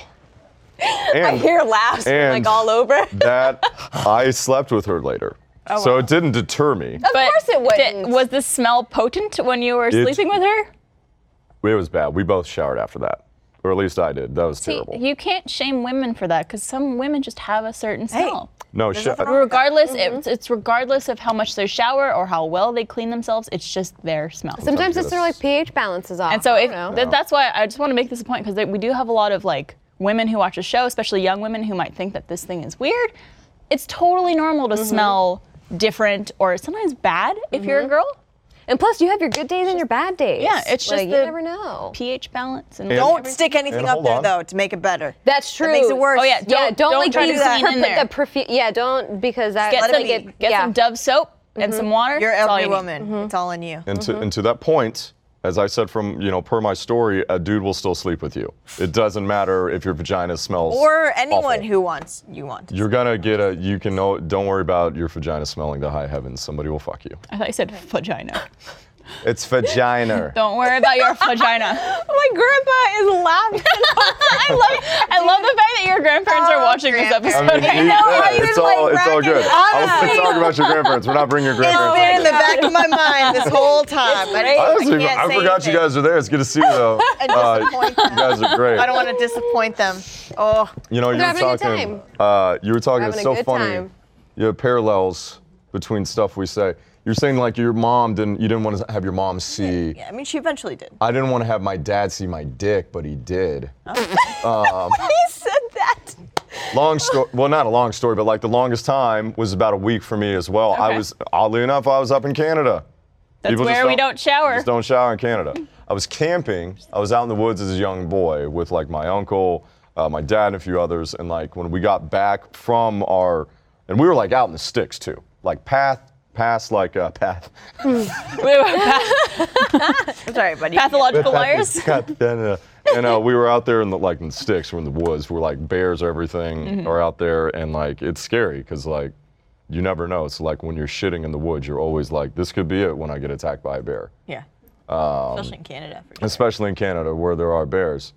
[SPEAKER 3] And I
[SPEAKER 1] Your laughs
[SPEAKER 3] and
[SPEAKER 1] like all over.
[SPEAKER 3] that I slept with her later. So it didn't deter me.
[SPEAKER 1] Of
[SPEAKER 2] course it wouldn't.
[SPEAKER 1] was the smell potent when you were sleeping with her?
[SPEAKER 3] It was bad. We both showered after that. Or at least I did. That was
[SPEAKER 1] See,
[SPEAKER 3] terrible.
[SPEAKER 1] you can't shame women for that because some women just have a certain smell.
[SPEAKER 3] no, sh-
[SPEAKER 4] nothing wrong with
[SPEAKER 1] Regardless, it's,
[SPEAKER 2] Mm-hmm.
[SPEAKER 1] it's regardless of how much they shower or how well they clean themselves. It's just their smell.
[SPEAKER 2] sometimes
[SPEAKER 3] Sometimes
[SPEAKER 2] it's sort of like pH balances off.
[SPEAKER 1] And so
[SPEAKER 2] I
[SPEAKER 1] if,
[SPEAKER 2] don't know.
[SPEAKER 1] th- that's why I just want to make this a point because we do have a lot of like women who watch the show, especially young women who might think that this thing is weird. It's totally normal
[SPEAKER 2] Mm-hmm.
[SPEAKER 1] to smell different or sometimes bad if
[SPEAKER 2] Mm-hmm.
[SPEAKER 1] you're a girl.
[SPEAKER 2] and plus, you have your good days and your bad days.
[SPEAKER 1] Yeah, it's just
[SPEAKER 2] like, you
[SPEAKER 1] the-
[SPEAKER 2] never know.
[SPEAKER 1] pH balance and
[SPEAKER 4] Don't stick anything
[SPEAKER 3] And
[SPEAKER 4] up
[SPEAKER 3] hold
[SPEAKER 4] there
[SPEAKER 3] on.
[SPEAKER 4] though to make it better.
[SPEAKER 2] That's true.
[SPEAKER 4] makes it worse.
[SPEAKER 1] Oh yeah, don't,
[SPEAKER 2] yeah, don't, like
[SPEAKER 1] try to
[SPEAKER 2] these
[SPEAKER 1] clean
[SPEAKER 2] perf-
[SPEAKER 1] in there.
[SPEAKER 2] the perfume. Yeah, don't because that
[SPEAKER 1] get
[SPEAKER 4] it
[SPEAKER 1] some,
[SPEAKER 4] be. Mm-hmm.
[SPEAKER 1] get,
[SPEAKER 2] yeah.
[SPEAKER 1] some Dove soap and some water.
[SPEAKER 4] You're
[SPEAKER 1] That's all
[SPEAKER 4] every
[SPEAKER 1] you need.
[SPEAKER 4] woman. It's all in you.
[SPEAKER 3] and, to, and to that point, as I said from, you know, per my story, a dude will still sleep with you. It doesn't matter if your vagina smells.
[SPEAKER 4] Or anyone
[SPEAKER 3] awful.
[SPEAKER 4] who wants you want. to
[SPEAKER 3] You're gonna get a. You can know. Don't worry about your vagina smelling to high heavens. Somebody will fuck you.
[SPEAKER 1] I thought you said vagina.
[SPEAKER 3] It's vagina.
[SPEAKER 1] Don't worry about your vagina.
[SPEAKER 4] (laughs) My grandpa is laughing.
[SPEAKER 1] I love, I love the fact that your grandparents are
[SPEAKER 4] Oh,
[SPEAKER 1] watching this
[SPEAKER 4] grandparents.
[SPEAKER 1] episode.
[SPEAKER 3] I mean,
[SPEAKER 1] right (laughs)
[SPEAKER 3] he-
[SPEAKER 1] now.
[SPEAKER 3] yeah,
[SPEAKER 4] I was
[SPEAKER 3] it's all
[SPEAKER 4] like
[SPEAKER 3] it's all good.
[SPEAKER 4] cracking
[SPEAKER 3] I was
[SPEAKER 4] up.
[SPEAKER 3] talking about your grandparents. We're not bringing your
[SPEAKER 4] It's been in
[SPEAKER 3] grandparents.
[SPEAKER 4] the back of my mind this whole time. but I,
[SPEAKER 3] I, honestly,
[SPEAKER 4] can't
[SPEAKER 3] I
[SPEAKER 4] say
[SPEAKER 3] forgot you
[SPEAKER 4] anything.
[SPEAKER 3] guys are there. It's good to see you though.
[SPEAKER 4] And
[SPEAKER 3] Uh,
[SPEAKER 4] (laughs) disappoint
[SPEAKER 3] you guys are great.
[SPEAKER 4] I don't want to disappoint them. Oh,
[SPEAKER 3] You know, you were
[SPEAKER 2] having a good
[SPEAKER 3] talking. Uh, you were talking.
[SPEAKER 2] We're
[SPEAKER 3] It's
[SPEAKER 2] having a
[SPEAKER 3] so
[SPEAKER 2] good
[SPEAKER 3] funny.
[SPEAKER 2] time.
[SPEAKER 3] You have parallels between stuff we say. You're saying like your mom didn't. You didn't want to have your mom see.
[SPEAKER 4] yeah. I mean, she eventually did.
[SPEAKER 3] I didn't want to have my dad see my dick, but he did.
[SPEAKER 4] He said that.
[SPEAKER 3] Long story. Well, not a long story, but like the longest time was about a week for me as well. I
[SPEAKER 1] Okay.
[SPEAKER 3] was oddly enough, I was up in Canada.
[SPEAKER 1] That's
[SPEAKER 3] just
[SPEAKER 1] where we don't shower.
[SPEAKER 3] Just don't shower in Canada. I was camping. I was out in the woods as a young boy with like my uncle, uh, my dad, and a few others. And like when we got back from our, and we were like out in the sticks too, like path, past like uh, path.
[SPEAKER 1] We were path-
[SPEAKER 4] I'm sorry, buddy.
[SPEAKER 1] pathological liars.
[SPEAKER 3] God, then, uh, and uh, we were out there in the like in the sticks, we're in the woods, we're like bears, or everything are out there, and like it's scary because like you never know. It's like when you're shitting in the woods, you're always like, this could be it when I get attacked by a bear,
[SPEAKER 4] Yeah.
[SPEAKER 3] Um,
[SPEAKER 4] Especially in Canada. For sure.
[SPEAKER 3] especially in Canada where there are bears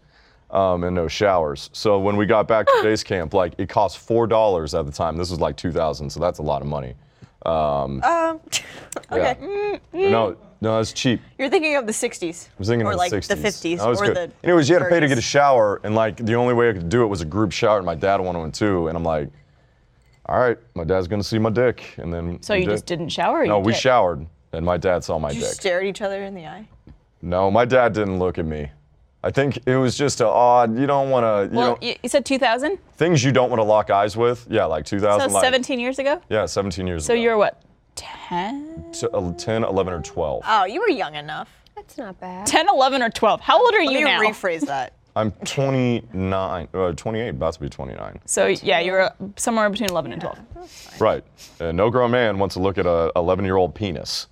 [SPEAKER 3] um, and no showers. So when we got back to base camp, like it cost four dollars at the time. This was like 2000, so that's a lot of money. (laughs)
[SPEAKER 4] Um, okay.
[SPEAKER 3] No, no, it's cheap.
[SPEAKER 4] You're thinking of the 60s.
[SPEAKER 3] I was thinking
[SPEAKER 4] or
[SPEAKER 3] of
[SPEAKER 4] like
[SPEAKER 3] the 60s.
[SPEAKER 4] the 50s.
[SPEAKER 3] That was
[SPEAKER 4] or
[SPEAKER 3] good.
[SPEAKER 4] the.
[SPEAKER 3] Anyways, you had to pay to
[SPEAKER 4] 30s.
[SPEAKER 3] get a shower, and like the only way I could do it was a group shower, and my dad wanted one too. And I'm like, all right, my dad's gonna see my dick, and then
[SPEAKER 1] So
[SPEAKER 3] we
[SPEAKER 1] you
[SPEAKER 3] did.
[SPEAKER 1] just didn't shower? or
[SPEAKER 3] No,
[SPEAKER 1] you
[SPEAKER 3] we
[SPEAKER 1] did?
[SPEAKER 3] showered, and my dad saw my
[SPEAKER 4] You
[SPEAKER 3] dick.
[SPEAKER 4] stare at each other in the eye.
[SPEAKER 3] No, my dad didn't look at me. I think it was just a odd. You don't want to. You
[SPEAKER 1] Well,
[SPEAKER 3] don't-
[SPEAKER 1] you, you said 2000?
[SPEAKER 3] things you don't want to lock eyes with. Yeah, like 2000.
[SPEAKER 1] So
[SPEAKER 3] like-
[SPEAKER 1] 17 years ago?
[SPEAKER 3] Yeah, 17 years
[SPEAKER 1] So
[SPEAKER 3] ago.
[SPEAKER 1] you're what? 10?
[SPEAKER 3] T- uh, 10, 11, or 12.
[SPEAKER 4] Oh, you were young enough.
[SPEAKER 2] That's not bad.
[SPEAKER 1] 10, 11, or 12. How old are
[SPEAKER 4] Let
[SPEAKER 1] you
[SPEAKER 4] me
[SPEAKER 1] now?
[SPEAKER 4] rephrase that.
[SPEAKER 3] I'm 29, uh, 28, about to be 29.
[SPEAKER 1] so yeah, you were somewhere between 11 and 12.
[SPEAKER 3] Right. And no grown man wants to look at a 11 year old penis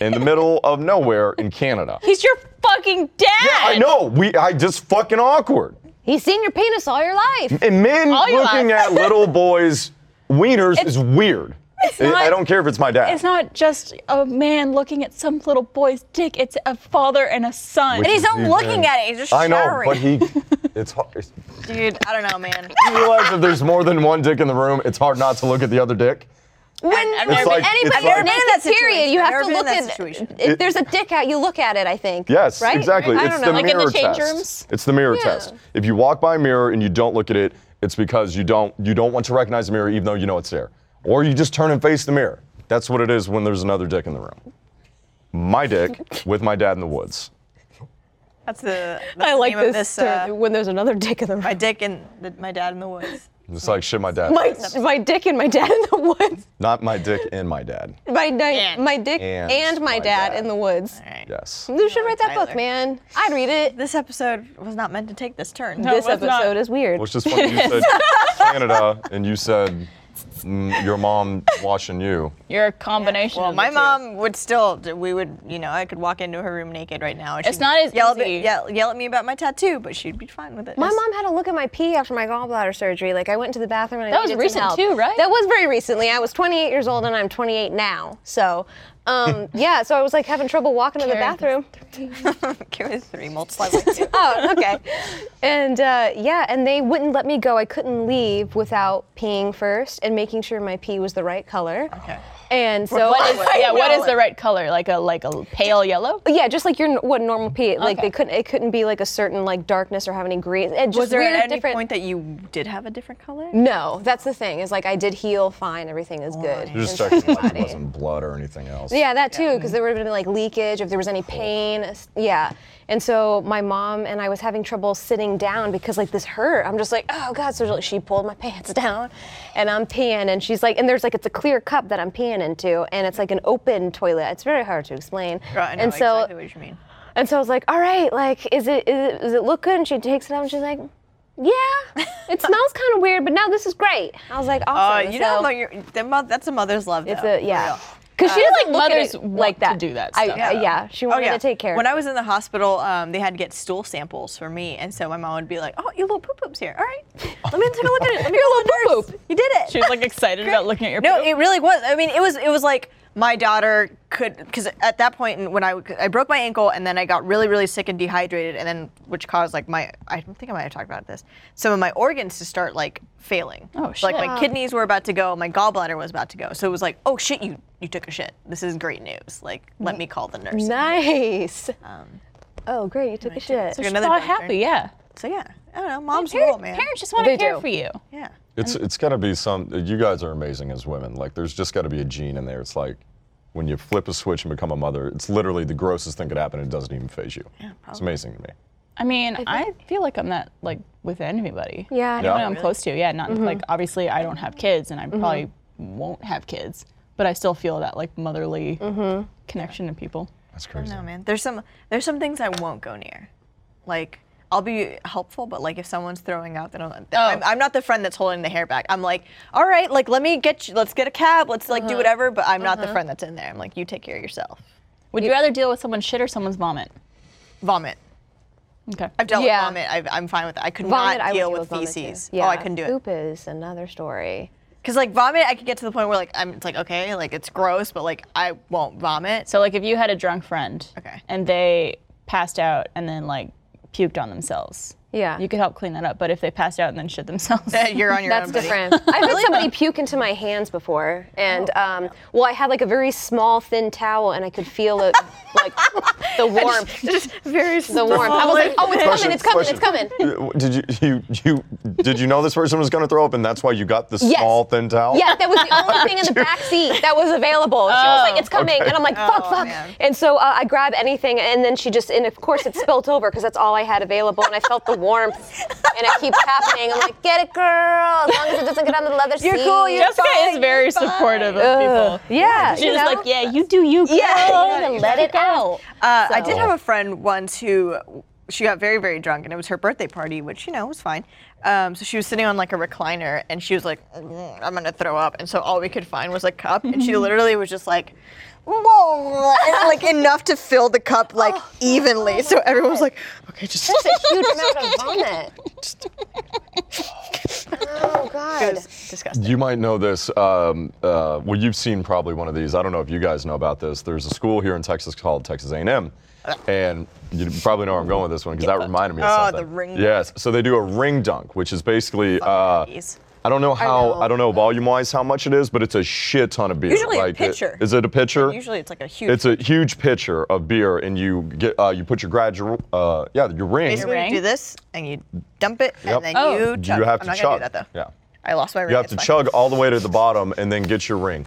[SPEAKER 3] in the middle of nowhere in Canada.
[SPEAKER 1] He's your fucking dad.
[SPEAKER 3] I know. We. I just fucking awkward.
[SPEAKER 2] He's seen your penis all your life.
[SPEAKER 3] And men
[SPEAKER 1] All your
[SPEAKER 3] looking
[SPEAKER 1] life.
[SPEAKER 3] at
[SPEAKER 4] (laughs)
[SPEAKER 3] little boys' wieners is weird. I-
[SPEAKER 1] not-
[SPEAKER 3] I don't care if it's my dad.
[SPEAKER 1] It's not just a man looking at some little boy's dick. It's a father and a son.
[SPEAKER 3] Which
[SPEAKER 4] he's
[SPEAKER 3] is
[SPEAKER 4] not
[SPEAKER 3] the
[SPEAKER 4] looking
[SPEAKER 3] thing.
[SPEAKER 4] at it, he's just
[SPEAKER 3] I know,
[SPEAKER 4] showering.
[SPEAKER 3] but he.
[SPEAKER 4] (laughs)
[SPEAKER 3] It's hard. It's,
[SPEAKER 4] Dude, I don't know, (laughs) man.
[SPEAKER 3] you realize if there's more than one dick in the room, it's hard not to look at the other dick.
[SPEAKER 2] When
[SPEAKER 4] I've never
[SPEAKER 3] been- It's
[SPEAKER 2] anybody,
[SPEAKER 3] like- I've never been
[SPEAKER 4] in that
[SPEAKER 2] period,
[SPEAKER 4] situation.
[SPEAKER 2] you have
[SPEAKER 4] I've never
[SPEAKER 2] to
[SPEAKER 4] been in
[SPEAKER 2] look
[SPEAKER 4] that
[SPEAKER 2] at.
[SPEAKER 4] situation.
[SPEAKER 2] If
[SPEAKER 3] It-
[SPEAKER 2] there's a dick out, you look at it. I think.
[SPEAKER 3] Yes,
[SPEAKER 2] right?
[SPEAKER 3] exactly.
[SPEAKER 2] I
[SPEAKER 3] it's
[SPEAKER 2] don't
[SPEAKER 3] the
[SPEAKER 2] know.
[SPEAKER 1] Like in the
[SPEAKER 3] mirror
[SPEAKER 1] change
[SPEAKER 3] test.
[SPEAKER 1] rooms?
[SPEAKER 3] It's the mirror
[SPEAKER 2] Yeah.
[SPEAKER 3] test. If you walk by a mirror and you don't look at it, it's because you don't you don't want to recognize the mirror even though you know it's there. Or you just turn and face the mirror. That's what it is when there's another dick in the room.
[SPEAKER 2] (laughs)
[SPEAKER 3] My dick with my dad in the woods.
[SPEAKER 4] That's the. That's
[SPEAKER 2] I
[SPEAKER 4] the
[SPEAKER 2] like
[SPEAKER 4] name of
[SPEAKER 2] this.
[SPEAKER 4] this.
[SPEAKER 2] term,
[SPEAKER 4] uh,
[SPEAKER 2] when there's another dick in the
[SPEAKER 4] my
[SPEAKER 2] room.
[SPEAKER 4] dick and the, my dad in the woods.
[SPEAKER 3] It's like shit my dad.
[SPEAKER 2] (laughs) My, my dick and my dad in the woods.
[SPEAKER 3] Not my dick and my dad.
[SPEAKER 2] My di-
[SPEAKER 4] And-
[SPEAKER 2] my dick
[SPEAKER 3] and
[SPEAKER 2] and, my,
[SPEAKER 3] my
[SPEAKER 2] dad,
[SPEAKER 3] dad.
[SPEAKER 2] in the woods.
[SPEAKER 4] All right.
[SPEAKER 2] (laughs)
[SPEAKER 3] Yes.
[SPEAKER 2] You should write that
[SPEAKER 4] Tyler.
[SPEAKER 2] book, man. I'd read it.
[SPEAKER 4] This episode was not meant to take this turn.
[SPEAKER 1] No.
[SPEAKER 2] this
[SPEAKER 1] it's
[SPEAKER 2] episode
[SPEAKER 1] not.
[SPEAKER 2] is weird.
[SPEAKER 3] Which is funny you
[SPEAKER 2] (laughs)
[SPEAKER 3] said Canada and you said mm, your mom watching you.
[SPEAKER 1] You're a combination.
[SPEAKER 4] Well,
[SPEAKER 1] of
[SPEAKER 4] my
[SPEAKER 1] the two.
[SPEAKER 4] mom would still. We would, you know, I could walk into her room naked right now. And
[SPEAKER 1] It's
[SPEAKER 4] she'd
[SPEAKER 1] not as
[SPEAKER 4] yell
[SPEAKER 1] easy.
[SPEAKER 4] At, yell, yell at me about my tattoo, but she'd be fine with it.
[SPEAKER 2] My
[SPEAKER 4] It's-
[SPEAKER 2] mom had to look at my pee after my gallbladder surgery. Like I went to the bathroom and I
[SPEAKER 1] That was
[SPEAKER 2] needed some
[SPEAKER 1] recent
[SPEAKER 2] help.
[SPEAKER 1] too, right?
[SPEAKER 2] That was very recently. I was 28 years old and I'm 28 now. So,
[SPEAKER 4] (laughs)
[SPEAKER 2] um, yeah. So I was like having trouble walking to the
[SPEAKER 1] Karen.
[SPEAKER 2] bathroom.
[SPEAKER 4] Give it three multiplied by
[SPEAKER 2] (laughs)
[SPEAKER 4] two.
[SPEAKER 2] Oh,
[SPEAKER 1] (laughs)
[SPEAKER 2] okay. and uh, yeah, and they wouldn't let me go. I couldn't leave without peeing first and making sure my pee was the right color.
[SPEAKER 4] Okay.
[SPEAKER 2] And so (laughs)
[SPEAKER 1] What is, Oh, yeah, what is
[SPEAKER 4] know.
[SPEAKER 1] the right color? Like a like a pale (laughs) yellow?
[SPEAKER 2] Yeah, just like your n- what normal pee. Like
[SPEAKER 1] Okay.
[SPEAKER 2] they couldn't. It couldn't be like a certain like darkness or have any green. It just
[SPEAKER 4] Was there
[SPEAKER 2] weird,
[SPEAKER 4] at any
[SPEAKER 2] different. Mm-hmm.
[SPEAKER 4] point that you did have a different color?
[SPEAKER 2] no, that's the thing. Is like I did heal fine. Everything is good.
[SPEAKER 3] You're just
[SPEAKER 2] inside my
[SPEAKER 3] checking like it
[SPEAKER 2] body.
[SPEAKER 3] wasn't blood or anything else.
[SPEAKER 2] (laughs) Yeah, that too, because there would have been like leakage if there was any pain. s- Yeah. And so my mom and I was having trouble sitting down because like this hurt. I'm just like, oh God. So like, she pulled my (laughs) pants down and I'm peeing. And she's like, and there's like, it's a clear cup that I'm peeing into and it's like an open toilet. It's very hard to explain.
[SPEAKER 4] Right, I know
[SPEAKER 2] and so,
[SPEAKER 4] exactly what you mean.
[SPEAKER 2] and so I was like, all right, like, is it, is it, does it look good? And she takes it out and she's like, yeah,
[SPEAKER 4] (laughs)
[SPEAKER 2] it smells kind of weird, but now this is great. I was like,
[SPEAKER 4] Oh,
[SPEAKER 2] awesome.
[SPEAKER 4] you
[SPEAKER 2] So-
[SPEAKER 4] know, your, the mo- that's a mother's love.
[SPEAKER 2] it's
[SPEAKER 4] though,
[SPEAKER 2] a
[SPEAKER 4] for
[SPEAKER 2] yeah.
[SPEAKER 4] real.
[SPEAKER 2] Because she
[SPEAKER 1] Uh,
[SPEAKER 2] doesn't look at
[SPEAKER 1] mothers
[SPEAKER 2] it
[SPEAKER 1] want
[SPEAKER 2] like
[SPEAKER 1] to
[SPEAKER 2] that.
[SPEAKER 1] do that
[SPEAKER 2] I-
[SPEAKER 1] stuff.
[SPEAKER 2] I- yeah, she wanted to take care.
[SPEAKER 4] Oh, When
[SPEAKER 2] of
[SPEAKER 4] I was in the hospital, um, they had to get stool samples for me, and so my mom would be like, "Oh, your little poop poop's here. All right, let me take a
[SPEAKER 2] (laughs)
[SPEAKER 4] look at it. Let me your little poop poop. You did it.
[SPEAKER 1] She was like excited about looking at your
[SPEAKER 4] no,
[SPEAKER 1] poop.
[SPEAKER 4] it really was. I mean, it was it was like my daughter could because at that point in- when I w- I broke my ankle and then I got really really sick and dehydrated and then which caused like my I don't think I might have talked about this some of my organs to start like failing.
[SPEAKER 1] Oh,
[SPEAKER 4] So, Like
[SPEAKER 1] shit.
[SPEAKER 4] my kidneys were about to go, my gallbladder was about to go. So it was like, oh shit, you you took a shit. This is great news. Like let me call the nurse.
[SPEAKER 2] Nice.
[SPEAKER 4] Um,
[SPEAKER 2] oh, great. You took a shit.
[SPEAKER 4] So
[SPEAKER 1] She's
[SPEAKER 4] another
[SPEAKER 1] not
[SPEAKER 4] doctor.
[SPEAKER 1] happy, yeah.
[SPEAKER 4] So yeah, I don't know. Mom's
[SPEAKER 1] Parents-
[SPEAKER 4] rule, man.
[SPEAKER 1] Parents just want to
[SPEAKER 2] They
[SPEAKER 1] care
[SPEAKER 2] do.
[SPEAKER 1] for you.
[SPEAKER 4] Yeah.
[SPEAKER 3] It's it's got to be some. You guys are amazing as women. Like there's just got to be a gene in there. It's like when you flip a switch and become a mother. It's literally the grossest thing could happen. It doesn't even phase you. Yeah, it's amazing to me.
[SPEAKER 1] I mean, I feel like I'm not like with anybody.
[SPEAKER 2] Yeah, I
[SPEAKER 1] I
[SPEAKER 2] don't
[SPEAKER 1] don't know. I'm close to. Yeah, not like obviously I don't have kids, and I probably won't have kids, but I still feel that like motherly connection to people.
[SPEAKER 3] That's crazy.
[SPEAKER 4] No man, there's some there's some things I won't go near. Like I'll be helpful, but like if someone's throwing out, then
[SPEAKER 2] Oh.
[SPEAKER 4] I'm, I'm, I'm not the friend that's holding the hair back. I'm like, all right, like let me get you, let's get a cab, let's like
[SPEAKER 2] Uh-huh.
[SPEAKER 4] do whatever. But I'm not the friend that's in there. I'm like, you take care of yourself.
[SPEAKER 1] Would you rather deal with someone's shit or someone's vomit?
[SPEAKER 4] Vomit.
[SPEAKER 1] Okay.
[SPEAKER 4] I've dealt
[SPEAKER 2] Yeah.
[SPEAKER 4] with vomit. I've, I'm fine with it. I could
[SPEAKER 2] Vomit, I would
[SPEAKER 4] not deal
[SPEAKER 2] deal
[SPEAKER 4] with
[SPEAKER 2] vomit, too.
[SPEAKER 4] feces.
[SPEAKER 2] Yeah.
[SPEAKER 4] Oh, I couldn't do it.
[SPEAKER 2] Poop is another story.
[SPEAKER 4] Because like vomit, I could get to the point where like I'm, it's like okay, like it's gross, but like I won't vomit. (laughs)
[SPEAKER 1] So like if you had a drunk friend,
[SPEAKER 4] Okay.
[SPEAKER 1] and they passed out and then like puked on themselves,
[SPEAKER 2] Yeah.
[SPEAKER 1] you could help clean that up. But if they passed out and then shit themselves,
[SPEAKER 4] You're on your
[SPEAKER 2] That's
[SPEAKER 4] own. buddy.
[SPEAKER 2] different.
[SPEAKER 4] (laughs)
[SPEAKER 2] I've had somebody puke into my hands before, and
[SPEAKER 4] Oh.
[SPEAKER 2] um, well, I had like a very small, thin towel, and I could feel it, like
[SPEAKER 4] (laughs)
[SPEAKER 2] the warmth,
[SPEAKER 4] Just very
[SPEAKER 2] the warmth. I was like, oh, it's coming, it's coming, it's coming.
[SPEAKER 3] coming. Did you you you did you know this person was going to throw up and that's why you got this
[SPEAKER 2] Yes.
[SPEAKER 3] small thin towel?
[SPEAKER 2] Yeah, that was the only thing in the back seat that was available. She was like, "It's coming," and I'm like, "Fuck, fuck!"
[SPEAKER 4] Oh. man.
[SPEAKER 2] And so uh, I grab anything, and then she just, and of course it spilt over because that's all I had available, and I felt the warmth, and it keeps happening. I'm like, "Get it, girl! As long as it doesn't get on the leather
[SPEAKER 4] You're
[SPEAKER 2] seat."
[SPEAKER 4] cool,
[SPEAKER 1] (laughs)
[SPEAKER 4] you're
[SPEAKER 1] Jessica is very supportive of people.
[SPEAKER 2] Yeah,
[SPEAKER 1] She's
[SPEAKER 2] you
[SPEAKER 1] just
[SPEAKER 2] know?
[SPEAKER 1] like, yeah, you do you, girl,
[SPEAKER 2] Yeah,
[SPEAKER 1] and let it out.
[SPEAKER 4] Uh, I did
[SPEAKER 2] So-
[SPEAKER 4] have a friend once who she got very, very drunk, and it was her birthday party, which you know was fine. Um, so she was sitting on like a recliner, and she was like, "Mm, "I'm gonna throw up," and so all we could find was a cup, and
[SPEAKER 1] (laughs)
[SPEAKER 4] she literally was just like, "Whoa!" and, like enough to fill the cup
[SPEAKER 1] (laughs)
[SPEAKER 4] like evenly. so everyone was like, "Okay, just."
[SPEAKER 2] That's a huge amount of vomit. oh
[SPEAKER 4] It
[SPEAKER 2] God.
[SPEAKER 4] was disgusting.
[SPEAKER 3] You might know this. Um, uh, well, you've seen probably one of these. I don't know if you guys know about this. There's a school here in Texas called Texas A&M, and you probably know where I'm going with this one because that reminded me of
[SPEAKER 4] Oh, the
[SPEAKER 3] something.
[SPEAKER 4] ring dunk.
[SPEAKER 3] Yes. So they do a ring dunk, which is basically. Uh,
[SPEAKER 4] Jeez.
[SPEAKER 3] I don't know how. I,
[SPEAKER 2] know.
[SPEAKER 3] don't know volume-wise how much it is, but it's a shit ton of beer.
[SPEAKER 4] Usually a
[SPEAKER 3] like, it-
[SPEAKER 4] pitcher.
[SPEAKER 3] Is it a pitcher?
[SPEAKER 4] Usually it's like a huge.
[SPEAKER 3] It's a huge pitcher of beer, and you get uh, you put your gradual uh, yeah your ring.
[SPEAKER 4] basically
[SPEAKER 1] ring.
[SPEAKER 4] you do this and you dump it
[SPEAKER 3] Yep.
[SPEAKER 4] and then
[SPEAKER 1] Oh.
[SPEAKER 4] you chug.
[SPEAKER 3] You have
[SPEAKER 4] I'm
[SPEAKER 3] to
[SPEAKER 4] not
[SPEAKER 3] chug.
[SPEAKER 4] gonna do that though.
[SPEAKER 3] Yeah.
[SPEAKER 4] I lost my ring.
[SPEAKER 3] You have
[SPEAKER 4] it's
[SPEAKER 3] to
[SPEAKER 4] fine.
[SPEAKER 3] chug all the way to the bottom and then get your ring.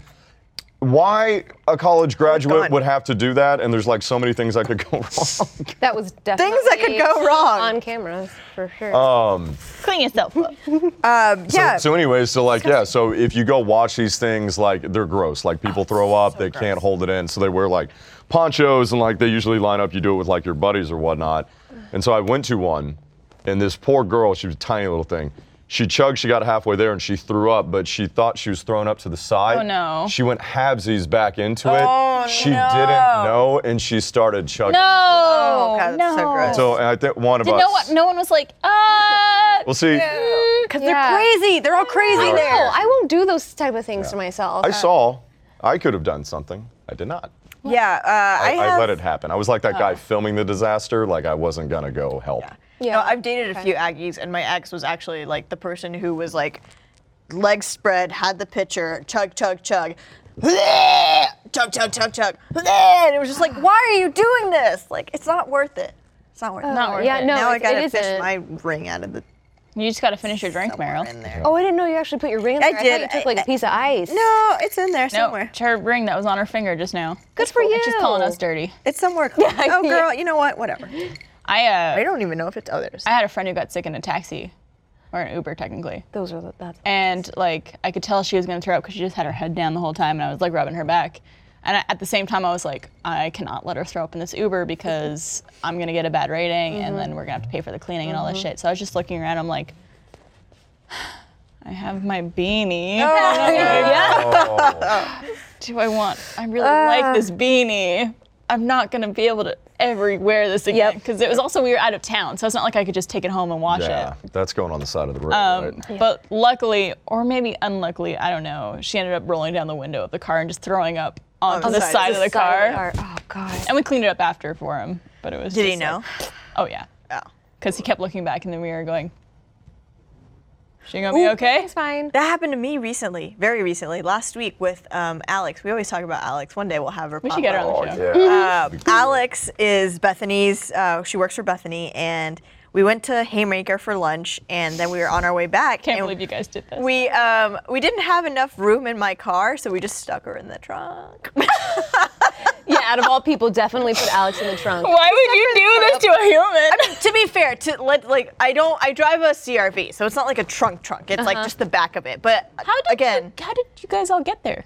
[SPEAKER 3] Why a college graduate
[SPEAKER 4] God.
[SPEAKER 3] would have to do that? And there's like so many things that could go (laughs) wrong.
[SPEAKER 2] That was definitely
[SPEAKER 4] that could go wrong.
[SPEAKER 2] on cameras for sure.
[SPEAKER 1] Clean yourself up.
[SPEAKER 4] Um, yeah.
[SPEAKER 3] So, anyways, so like, yeah. So if you go watch these things, like they're gross. Like
[SPEAKER 1] Oh,
[SPEAKER 3] people throw up, they can't hold it in, so they wear like ponchos and like they usually line up. You do it with like your buddies or whatnot. And so I went to one, and this poor girl, she was a tiny little thing. She chugged, she got halfway there, and she threw up, but she thought she was thrown up to the side.
[SPEAKER 1] Oh, no. Oh,
[SPEAKER 3] She went habsies back into it. she didn't know, and she started chugging.
[SPEAKER 1] No.
[SPEAKER 4] Oh, God, that's so gross.
[SPEAKER 3] So and I think one of
[SPEAKER 1] Did
[SPEAKER 3] us.
[SPEAKER 1] no one, no one was like, mm," ah.
[SPEAKER 3] We'll see.
[SPEAKER 4] Because
[SPEAKER 2] Yeah.
[SPEAKER 4] they're crazy. They're all crazy
[SPEAKER 3] know.
[SPEAKER 4] there.
[SPEAKER 2] no, I won't do those type of things to myself.
[SPEAKER 3] I saw. I could have done something. I did not.
[SPEAKER 4] Yeah, uh, I,
[SPEAKER 3] I, I
[SPEAKER 4] have,
[SPEAKER 3] let it happen. I was like that guy filming the disaster. Like I wasn't gonna go help.
[SPEAKER 4] No, I've dated a few Aggies, and my ex was actually like the person who was like, legs spread, had the pitcher, chug, chug, chug, (laughs) chug, chug, chug, chug, and it was just (sighs) like, why are you doing this? Like, it's not worth it. It's not worth it.
[SPEAKER 1] Not worth
[SPEAKER 2] yeah,
[SPEAKER 1] it.
[SPEAKER 2] no,
[SPEAKER 4] now I
[SPEAKER 2] it's- it
[SPEAKER 4] gotta fish
[SPEAKER 2] isn't.
[SPEAKER 4] my ring out of the
[SPEAKER 1] You just got to finish your drink,
[SPEAKER 4] somewhere
[SPEAKER 1] Meryl.
[SPEAKER 4] in there.
[SPEAKER 2] Oh, I didn't know you actually put your ring in
[SPEAKER 4] I
[SPEAKER 2] there. I
[SPEAKER 4] did.
[SPEAKER 2] thought you took like
[SPEAKER 4] I-
[SPEAKER 2] a piece of ice.
[SPEAKER 4] No, it's in there
[SPEAKER 1] No,
[SPEAKER 4] somewhere.
[SPEAKER 1] it's her ring that was on her finger just now.
[SPEAKER 2] Good for you.
[SPEAKER 1] And she's calling us dirty.
[SPEAKER 4] It's (laughs) somewhere. Close. Oh,
[SPEAKER 2] yeah.
[SPEAKER 4] girl, you know what? Whatever.
[SPEAKER 1] I uh,
[SPEAKER 4] I don't even know if it's. Oh, there's.
[SPEAKER 1] I had a friend who got sick in a taxi, or an Uber technically,
[SPEAKER 2] Those are the, that's
[SPEAKER 1] and like I could tell she was gonna throw up because she just had her head down the whole time, and I was like rubbing her back. And I, at the same time, I was like, I cannot let her throw up in this Uber because (laughs) I'm gonna get a bad rating, and then we're gonna have to pay for the cleaning and all that shit. So I was just looking around. I'm like, (sighs) I have my beanie. I don't know what to (laughs) do I want? I really like this beanie. I'm not gonna be able to ever wear this again because it was also we were out of town, so it's not like I could just take it home and wash
[SPEAKER 3] Yeah,
[SPEAKER 1] it.
[SPEAKER 3] that's going on the side of the road.
[SPEAKER 1] Um, (laughs)
[SPEAKER 3] right?
[SPEAKER 1] But luckily, or maybe unluckily, I don't know, she ended up rolling down the window of the car and just throwing up onto the,
[SPEAKER 4] the
[SPEAKER 1] side,
[SPEAKER 4] side-
[SPEAKER 1] of the car.
[SPEAKER 2] Oh (laughs) god.
[SPEAKER 1] And we cleaned it up after for him, but it was.
[SPEAKER 4] Did he
[SPEAKER 1] just
[SPEAKER 4] know?
[SPEAKER 1] like- oh yeah,
[SPEAKER 4] Oh.
[SPEAKER 1] because he kept looking back in the mirror, going, "She gonna be
[SPEAKER 4] Ooh,
[SPEAKER 1] okay?"
[SPEAKER 2] It's fine.
[SPEAKER 4] (laughs) That happened to me recently, very recently, last week with um, Alex. We always talk about Alex. One day we'll have her.
[SPEAKER 1] We
[SPEAKER 4] pop
[SPEAKER 1] should get her
[SPEAKER 4] up.
[SPEAKER 1] on the show.
[SPEAKER 4] Uh, Alex is Bethany's. Uh, she works for Bethany, and we went to Haymaker for lunch, and then we were on our way back.
[SPEAKER 1] Can't
[SPEAKER 4] and
[SPEAKER 1] believe you guys did this.
[SPEAKER 4] We um, we didn't have enough room in my car, so we just stuck her in the (laughs) trunk.
[SPEAKER 2] Yeah, out of all people, definitely put Alex in the trunk.
[SPEAKER 1] Why would you do this to a human?
[SPEAKER 4] to be fair, to let like I don't I drive a CRV, so it's not like a trunk trunk. It's like just the back of it. But
[SPEAKER 1] How did
[SPEAKER 4] again,
[SPEAKER 1] You, how did you guys all get there?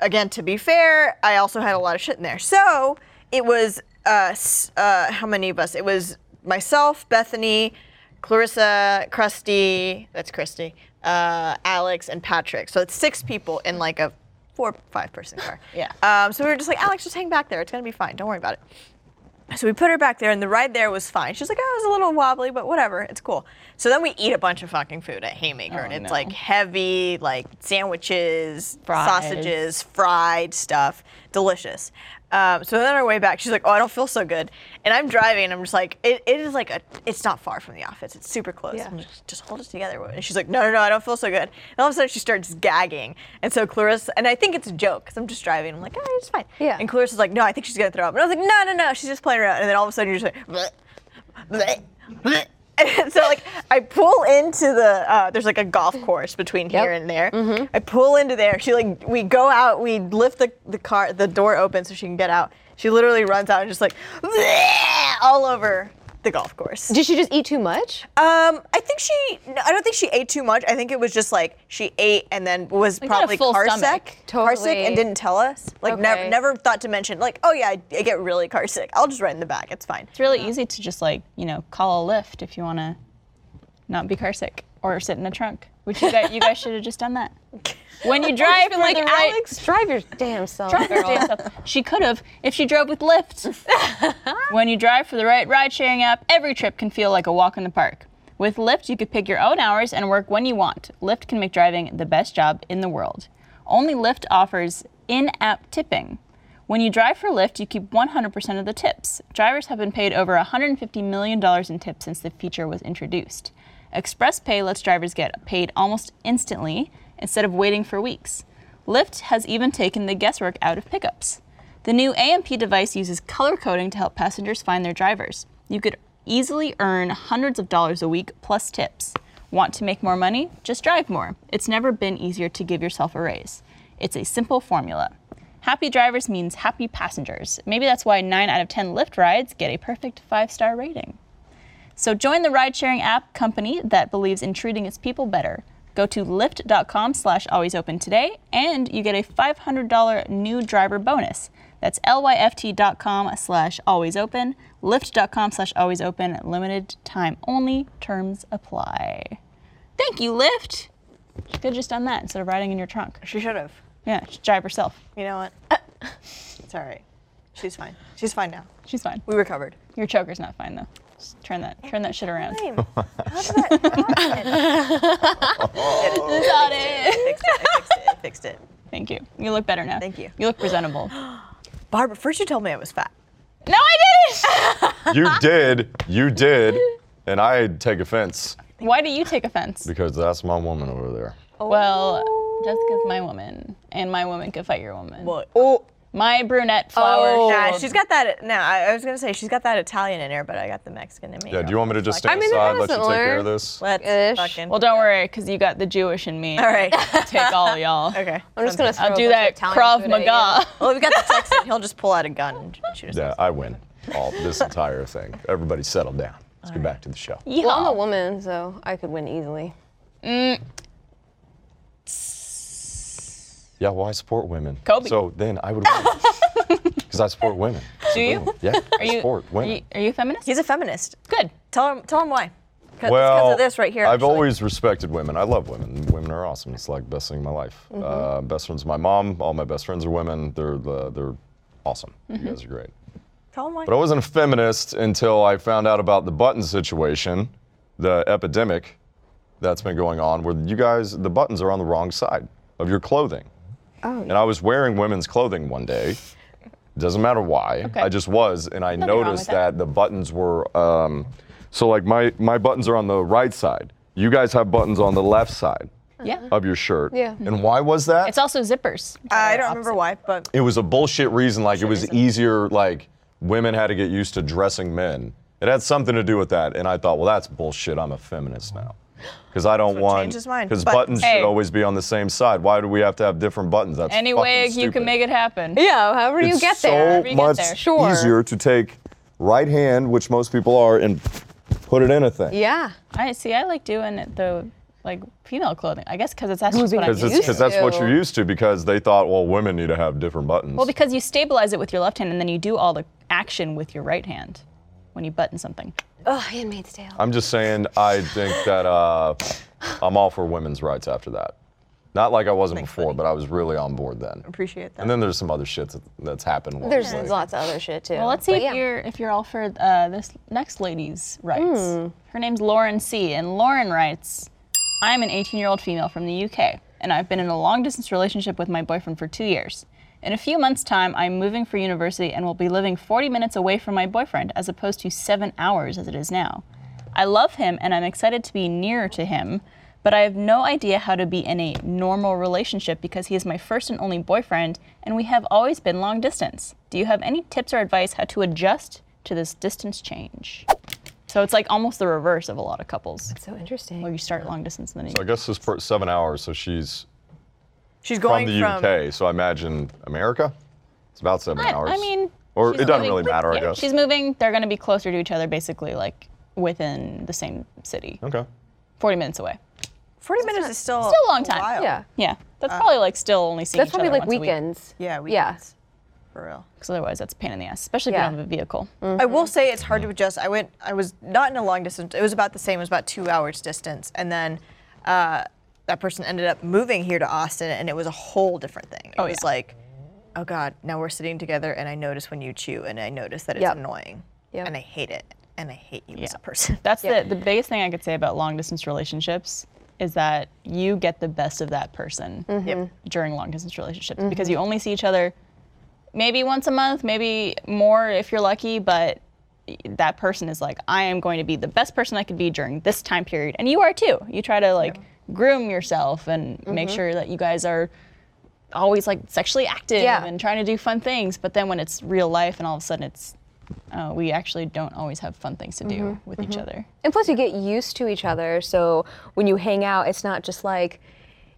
[SPEAKER 4] again, to be fair, I also had a lot of shit in there. So it was uh, s- uh, how many of us? It was myself, Bethany, Clarissa, Krusty. That's Christy. Uh, Alex and Patrick. So it's six people in like a four five person car.
[SPEAKER 1] (laughs) Yeah.
[SPEAKER 4] Um, so we were just like, Alex, just hang back there. It's gonna be fine. Don't worry about it. So we put her back there, and the ride there was fine. She's like, oh, it was a little wobbly, but whatever, it's cool. So then we eat a bunch of fucking food at Haymaker,
[SPEAKER 1] Oh,
[SPEAKER 4] and it's
[SPEAKER 1] no.
[SPEAKER 4] like heavy, like sandwiches,
[SPEAKER 1] Fries.
[SPEAKER 4] sausages, fried stuff, delicious. Um, so then on our way back, she's like, oh, I don't feel so good, and I'm driving, and I'm just like, it, it is like a, it's not far from the office, it's super close.
[SPEAKER 2] Yeah.
[SPEAKER 4] I'm just, just hold it together. And she's like, no, no, no, I don't feel so good. And all of a sudden she starts gagging, and so Clarissa, and I think it's a joke, cause I'm just driving, I'm like, oh, it's fine.
[SPEAKER 2] Yeah.
[SPEAKER 4] And Clarissa's like, no, I think she's gonna throw up. And I was like, no, no, no, she's just playing around. And then all of a sudden you're just like, bleh, bleh, bleh. And (laughs) so like I pull into the uh, there's like a golf course between here
[SPEAKER 2] Yep. Mm-hmm.
[SPEAKER 4] and there. I pull into there. She like we go out. We lift the, the car the door open so she can get out. She literally runs out and just like bleh, all over the golf course.
[SPEAKER 2] Did she just eat too much?
[SPEAKER 4] Um, I think she. no, I don't think she ate too much. I think it was just like she ate and then was
[SPEAKER 1] not a
[SPEAKER 4] probably
[SPEAKER 1] full
[SPEAKER 4] carsick,
[SPEAKER 1] stomach.
[SPEAKER 2] Totally.
[SPEAKER 4] carsick, and didn't tell us. Like
[SPEAKER 2] Okay.
[SPEAKER 4] never, never thought to mention. Like, oh yeah, I, I get really carsick. I'll just ride in the back. It's fine.
[SPEAKER 1] It's really easy to just like you know call a lift if you want to not be car sick or sit in a trunk. Which you guys, you guys should have just done
[SPEAKER 2] (laughs)
[SPEAKER 1] that. When you drive,
[SPEAKER 2] been
[SPEAKER 1] like
[SPEAKER 2] like,
[SPEAKER 1] I,
[SPEAKER 2] Alex, drive your damn self.
[SPEAKER 1] Drive her damn self. She could have if she drove with Lyft. when you drive for the right ride sharing app, every trip can feel like a walk in the park. With Lyft, you could pick your own hours and work when you want. Lyft can make driving the best job in the world. Only Lyft offers in app tipping. When you drive for Lyft, you keep 100% of the tips. Drivers have been paid over $150 million in tips since the feature was introduced. Express Pay lets drivers get paid almost instantly instead of waiting for weeks. Lyft has even taken the guesswork out of pickups. The new AMP device uses color coding to help passengers find their drivers. You could easily earn hundreds of dollars a week plus tips. Want to make more money? Just drive more. It's never been easier to give yourself a raise. It's a simple formula. Happy drivers means happy passengers. Maybe that's why 9 out of 10 Lyft rides get a perfect 5 star rating. So join the ride-sharing app company that believes in treating its people better. Go to lyft.com slash alwaysopen today, and you get a $500 new driver bonus. That's lyft.com slash alwaysopen, lyft.com slash alwaysopen, limited time only, terms apply. Thank you, Lyft. She could have just done that instead of riding in your trunk.
[SPEAKER 4] She should have.
[SPEAKER 1] Yeah, just drive herself.
[SPEAKER 4] You know (laughs) what? it's all right. She's fine. She's fine now.
[SPEAKER 1] She's fine.
[SPEAKER 4] We recovered.
[SPEAKER 1] Your choker's not fine, though. Just turn that, turn that shit around.
[SPEAKER 4] (laughs) Fine. How did that happen?
[SPEAKER 1] Got it.
[SPEAKER 4] I fixed it. I fixed it. I (laughs) fixed it.
[SPEAKER 1] Thank you. You look better now.
[SPEAKER 4] Thank you.
[SPEAKER 1] You look presentable.
[SPEAKER 4] Barbara, first you told me I was fat.
[SPEAKER 1] No, I
[SPEAKER 3] you did, you did, and I take offense
[SPEAKER 1] didn't. (laughs) Why do you take offense?
[SPEAKER 3] because that's my woman over there.
[SPEAKER 1] Well, Jessica's my woman, and my woman could fight your woman.
[SPEAKER 4] Oh,
[SPEAKER 1] my brunette flower.
[SPEAKER 2] Oh.
[SPEAKER 4] nah, she's got that. No, I, I was gonna say she's got that Italian in her, but I got the Mexican in me.
[SPEAKER 3] Yeah, do you want me to just
[SPEAKER 4] Fuck
[SPEAKER 3] stand
[SPEAKER 4] it.
[SPEAKER 2] mean, they're
[SPEAKER 3] aside, let you take
[SPEAKER 2] similar.
[SPEAKER 3] care of this?
[SPEAKER 4] Let's
[SPEAKER 2] Ish.
[SPEAKER 4] fucking.
[SPEAKER 1] well, don't worry, because you got the Jewish in me.
[SPEAKER 4] All right.
[SPEAKER 1] (laughs) Take all of
[SPEAKER 4] (laughs)
[SPEAKER 1] y'all.
[SPEAKER 4] Okay.
[SPEAKER 2] I'm just gonna
[SPEAKER 1] I'll
[SPEAKER 2] throw
[SPEAKER 1] do
[SPEAKER 2] a bunch
[SPEAKER 1] that
[SPEAKER 2] of Italian
[SPEAKER 1] Krav
[SPEAKER 2] food at you.
[SPEAKER 1] Maga.
[SPEAKER 4] Well, we've got the Texan. He'll just pull out a gun and shoot us.
[SPEAKER 3] Yeah, I win all this entire thing. Everybody settle down. Let's get back to
[SPEAKER 1] (laughs)
[SPEAKER 3] the show.
[SPEAKER 1] Yeehaw.
[SPEAKER 2] Well, I'm a woman, so I could win easily.
[SPEAKER 3] Yeah, well, I support women.
[SPEAKER 1] Kobe.
[SPEAKER 3] So then I would win. Because I support women.
[SPEAKER 1] Do you?
[SPEAKER 3] Yeah, I support
[SPEAKER 1] Are
[SPEAKER 3] women.
[SPEAKER 1] you, are you a feminist?
[SPEAKER 4] He's a feminist.
[SPEAKER 1] Good.
[SPEAKER 4] Tell him. Tell him why. 'Cause-
[SPEAKER 3] well,
[SPEAKER 4] it's 'cause of this right here.
[SPEAKER 3] I've
[SPEAKER 4] actually.
[SPEAKER 3] always respected women. I love women. Women are awesome. It's like best thing in my life.
[SPEAKER 4] Mm-hmm.
[SPEAKER 3] Uh, best friends, my mom. All my best friends are women. They're the, they're awesome.
[SPEAKER 4] Mm-hmm.
[SPEAKER 3] You guys are great.
[SPEAKER 4] Tell him why.
[SPEAKER 3] But I wasn't a feminist until I found out about the button situation, the epidemic that's been going on, where you guys, the buttons are on the wrong side of your clothing.
[SPEAKER 2] Oh.
[SPEAKER 3] And I was wearing women's clothing one day. Doesn't matter why.
[SPEAKER 1] Okay.
[SPEAKER 3] I just was, and I
[SPEAKER 1] Nothing wrong
[SPEAKER 3] noticed
[SPEAKER 1] with that.
[SPEAKER 3] that. the buttons were. Um, so like my my buttons are on the right side. You guys have buttons on the left side
[SPEAKER 4] Uh-huh.
[SPEAKER 1] Yeah.
[SPEAKER 3] of your shirt.
[SPEAKER 2] Yeah.
[SPEAKER 3] And why was that?
[SPEAKER 1] It's also zippers. which are
[SPEAKER 4] I don't remember
[SPEAKER 1] opposite.
[SPEAKER 4] why, but
[SPEAKER 3] it was a bullshit reason. Like it was easier. Like women had to get used to dressing men. It had something to do with that. And I thought, well, that's bullshit. I'm a feminist now. Because I don't want.
[SPEAKER 4] changed his mind.
[SPEAKER 3] Because
[SPEAKER 4] But-
[SPEAKER 3] buttons
[SPEAKER 1] Hey.
[SPEAKER 3] should always be on the same side. Why do we have to have different buttons? That's
[SPEAKER 1] Any
[SPEAKER 3] fucking
[SPEAKER 1] wig, you can
[SPEAKER 3] stupid.
[SPEAKER 1] make it happen.
[SPEAKER 2] Yeah, however you
[SPEAKER 3] it's
[SPEAKER 2] get
[SPEAKER 3] so
[SPEAKER 2] there.
[SPEAKER 1] you get
[SPEAKER 3] much
[SPEAKER 1] there.
[SPEAKER 2] Sure.
[SPEAKER 3] easier to take right hand, which most people are, and put it in a thing.
[SPEAKER 2] Yeah.
[SPEAKER 1] I see. I like doing it the like female clothing. I guess because it's that's just what I'm
[SPEAKER 2] Because
[SPEAKER 3] Because
[SPEAKER 1] used
[SPEAKER 2] it's-
[SPEAKER 1] to.
[SPEAKER 2] Used
[SPEAKER 3] that's what
[SPEAKER 2] to.
[SPEAKER 3] you're used to. Because they thought, well, women need to have different buttons.
[SPEAKER 1] Well, because you stabilize it with your left hand, and then you do all the action with your right hand when you button something.
[SPEAKER 2] Oh, Handmaid's Tale.
[SPEAKER 3] I'm just saying, I think that uh, I'm all for women's rights after that. Not like I wasn't before, but I was really on board then.
[SPEAKER 4] appreciate that.
[SPEAKER 3] And then there's some other shit that, that's happened. while
[SPEAKER 2] There's
[SPEAKER 3] we waited.
[SPEAKER 2] lots of other shit too.
[SPEAKER 1] Well, let's see
[SPEAKER 2] But
[SPEAKER 1] if
[SPEAKER 2] yeah.
[SPEAKER 1] you're if you're all for uh, this next lady's rights.
[SPEAKER 2] Hmm.
[SPEAKER 1] Her name's Lauren C. And Lauren writes, "I'm an 18-year-old female from the UK, and I've been in a long-distance relationship with my boyfriend for two years. In a few months' time, I'm moving for university and will be living 40 minutes away from my boyfriend, as opposed to seven hours as it is now. I love him, and I'm excited to be nearer to him." But I have no idea how to be in a normal relationship because he is my first and only boyfriend, and we have always been long distance. Do you have any tips or advice how to adjust to this distance change? So it's like almost the reverse of a lot of couples,
[SPEAKER 2] So interesting.
[SPEAKER 1] where you start long distance and then
[SPEAKER 3] I
[SPEAKER 1] you.
[SPEAKER 3] guess this per seven hours, so she's
[SPEAKER 4] She's
[SPEAKER 3] from
[SPEAKER 4] going
[SPEAKER 3] the UK. So I imagine America. It's about seven
[SPEAKER 1] I,
[SPEAKER 3] hours.
[SPEAKER 1] I mean,
[SPEAKER 3] or
[SPEAKER 1] she's
[SPEAKER 3] it doesn't
[SPEAKER 1] moving-
[SPEAKER 3] really matter,
[SPEAKER 1] yeah,
[SPEAKER 3] I guess.
[SPEAKER 1] She's moving. They're going to be closer to each other, basically, like within the same city,
[SPEAKER 3] okay.
[SPEAKER 1] 40 minutes away.
[SPEAKER 4] 40 minutes is still
[SPEAKER 1] Still a long time.
[SPEAKER 4] while.
[SPEAKER 2] yeah.
[SPEAKER 1] Yeah, that's probably like still only seeing
[SPEAKER 2] Uh, That's
[SPEAKER 1] each
[SPEAKER 2] probably
[SPEAKER 1] other
[SPEAKER 2] like
[SPEAKER 1] once a week,
[SPEAKER 2] weekends.
[SPEAKER 4] Yeah,
[SPEAKER 2] Yeah.
[SPEAKER 4] weekends. For real.
[SPEAKER 1] Because otherwise, that's a pain in the ass, especially if
[SPEAKER 2] Yeah. Mm.
[SPEAKER 1] you don't have a vehicle.
[SPEAKER 4] I
[SPEAKER 1] Mm-hmm.
[SPEAKER 4] will say it's hard to adjust. I went, I was not in a long distance. It was about the same. It was about two hours distance, and then uh, that person ended up moving here to Austin, and it was a whole different thing. It
[SPEAKER 1] Oh,
[SPEAKER 4] was
[SPEAKER 1] yeah.
[SPEAKER 4] like, oh god, now we're sitting together, and I notice when you chew, and I notice that it's
[SPEAKER 2] Yep.
[SPEAKER 4] annoying,
[SPEAKER 2] Yep.
[SPEAKER 4] and I hate it, and I hate you as
[SPEAKER 1] Yeah.
[SPEAKER 4] a person. (laughs)
[SPEAKER 1] That's
[SPEAKER 2] Yeah.
[SPEAKER 1] the, the biggest thing I could say about long distance relationships is that you get the best of that person
[SPEAKER 4] Yep.
[SPEAKER 1] during long distance relationships because you only see each other maybe once a month, maybe more if you're lucky, but that person is like, I am going to be the best person I could be during this time period. And you are too. You try to like groom yourself and make sure that you guys are always like sexually active
[SPEAKER 2] Yeah.
[SPEAKER 1] and trying to do fun things. But then when it's real life and all of a sudden it's, uh, we actually don't always have fun things to do with each other.
[SPEAKER 2] And plus, you get used to each other. So when you hang out, it's not just like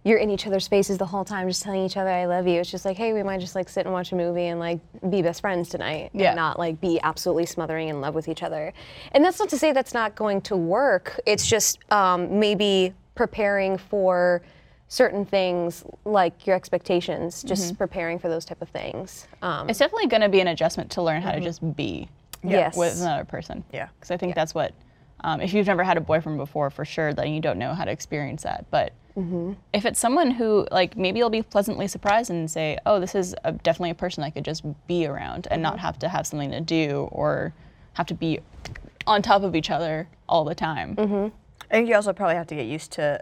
[SPEAKER 2] you're in each other's faces the whole time, just telling each other I love you. It's just like, hey, we might just like sit and watch a movie and like be best friends tonight,
[SPEAKER 1] Yeah.
[SPEAKER 2] and not like be absolutely smothering in love with each other. And that's not to say that's not going to work. It's just um, maybe preparing for certain things like your expectations just
[SPEAKER 1] Mm-hmm.
[SPEAKER 2] preparing for those type of things um,
[SPEAKER 1] It's definitely going to be an adjustment to learn how to just be
[SPEAKER 2] yes
[SPEAKER 1] with uh, another person.
[SPEAKER 4] Yeah.
[SPEAKER 1] Because I think that's what, um, if you've never had a boyfriend before, for sure, then you don't know how to experience that. But
[SPEAKER 4] Mm-hmm.
[SPEAKER 1] if it's someone who, like, maybe you'll be pleasantly surprised and say, oh, this is a, definitely a person I could just be around and
[SPEAKER 4] Mm-hmm.
[SPEAKER 1] not have to have something to do or have to be on top of each other all the time.
[SPEAKER 4] Mm-hmm. I think you also probably have to get used to